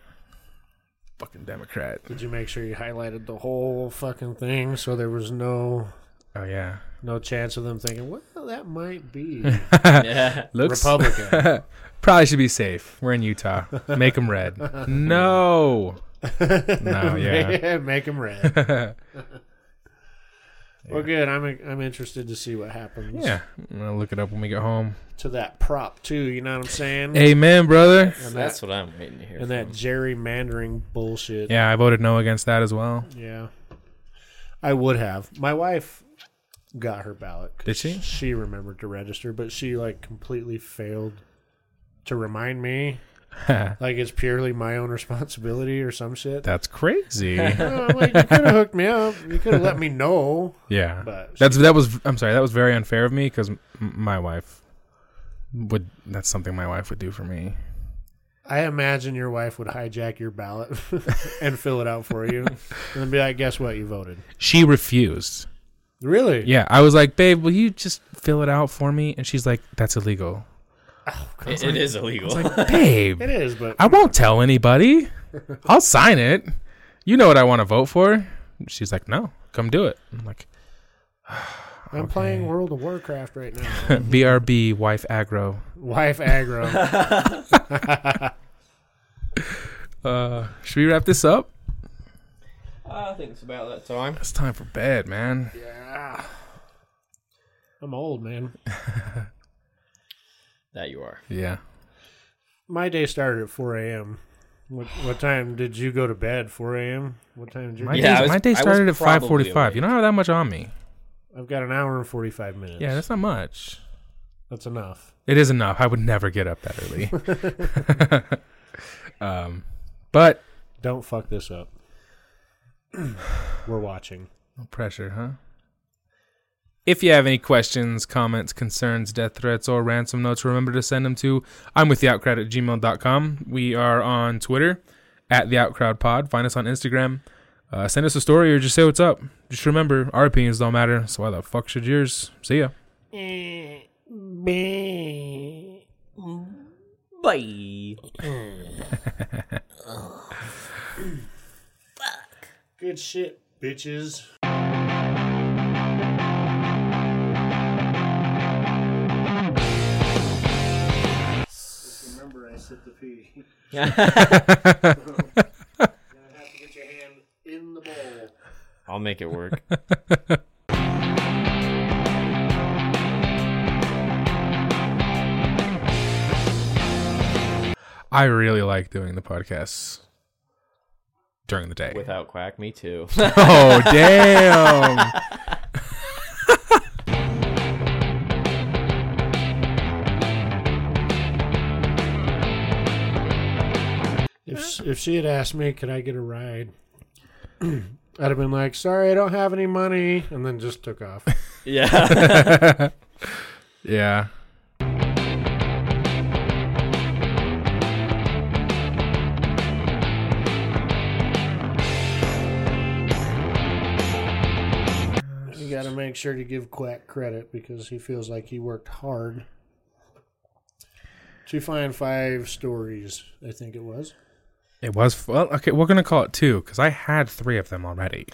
fucking Democrat.
Did you make sure you highlighted the whole fucking thing so there was no
Oh, yeah.
no chance of them thinking, well, that might be
yeah.
Looks.
Republican.
Probably should be safe. We're in Utah. Make them red. No. No, yeah.
Make him red. Well, good. I'm I'm interested to see what happens.
Yeah, I'm gonna look it up when we get home.
To that prop too. You know what I'm saying?
Amen, brother.
So that's what I'm waiting to hear.
and that
from.
gerrymandering bullshit.
Yeah, I voted no against that as well.
Yeah. I would have. My wife got her ballot. 'cause
Did she?
She remembered to register, but she like completely failed to remind me. Like it's purely my own responsibility or some shit.
That's crazy.
No, I'm like, you could have hooked me up. You could have let me know.
yeah,
But
that's that was. I'm sorry, that was very unfair of me because m- my wife would. That's something my wife would do for me.
I imagine your wife would hijack your ballot and fill it out for you, and then be like, "Guess what? You voted."
She refused.
Really?
Yeah, I was like, babe, will you just fill it out for me? And she's like, that's illegal.
It- it is illegal.
Babe,
It is, but
I won't tell anybody. I'll sign it. You know what I want to vote for. She's like, no, come do it. I'm like,
I'm playing World of Warcraft right now.
BRB, wife aggro.
Wife aggro.
Uh, should we wrap this up?
I think it's about that time.
It's time for bed, man.
yeah. I'm old, man.
That you are.
Yeah.
My day started at 4 a.m. What, what time did you go to bed? 4 a.m. What time did you?
My,
Yeah,
day,
I was-
my day
I was
started at
probably
5.45. You
awake.
don't have that much on me.
I've got an hour and 45 minutes.
Yeah, that's not much.
that's enough.
It is enough. I would never get up that early. um, but
Don't fuck this up. We're watching.
No pressure, huh? If you have any questions, comments, concerns, death threats, or ransom notes, remember to send them to I'm with the outcrowd at gmail.com. We are on Twitter at the outcrowd pod. Find us on Instagram. Uh, send us a story or just say what's up. Just remember, our opinions don't matter, so why the fuck should yours? See ya.
Bye.
Good shit, bitches. Just remember, I said the pee. Gonna have to get your hand in the bowl.
I'll make it work.
I really like doing the podcasts during the day.
Without quack, me too.
oh, damn.
If if she had asked me, could I get a ride? I'd have been like, sorry, I don't have any money, and then just took off.
yeah.
yeah.
You got to make sure to give Quack credit because he feels like he worked hard to find five stories. I think it was.
It was well. Okay, we're gonna call it two because I had three of them already.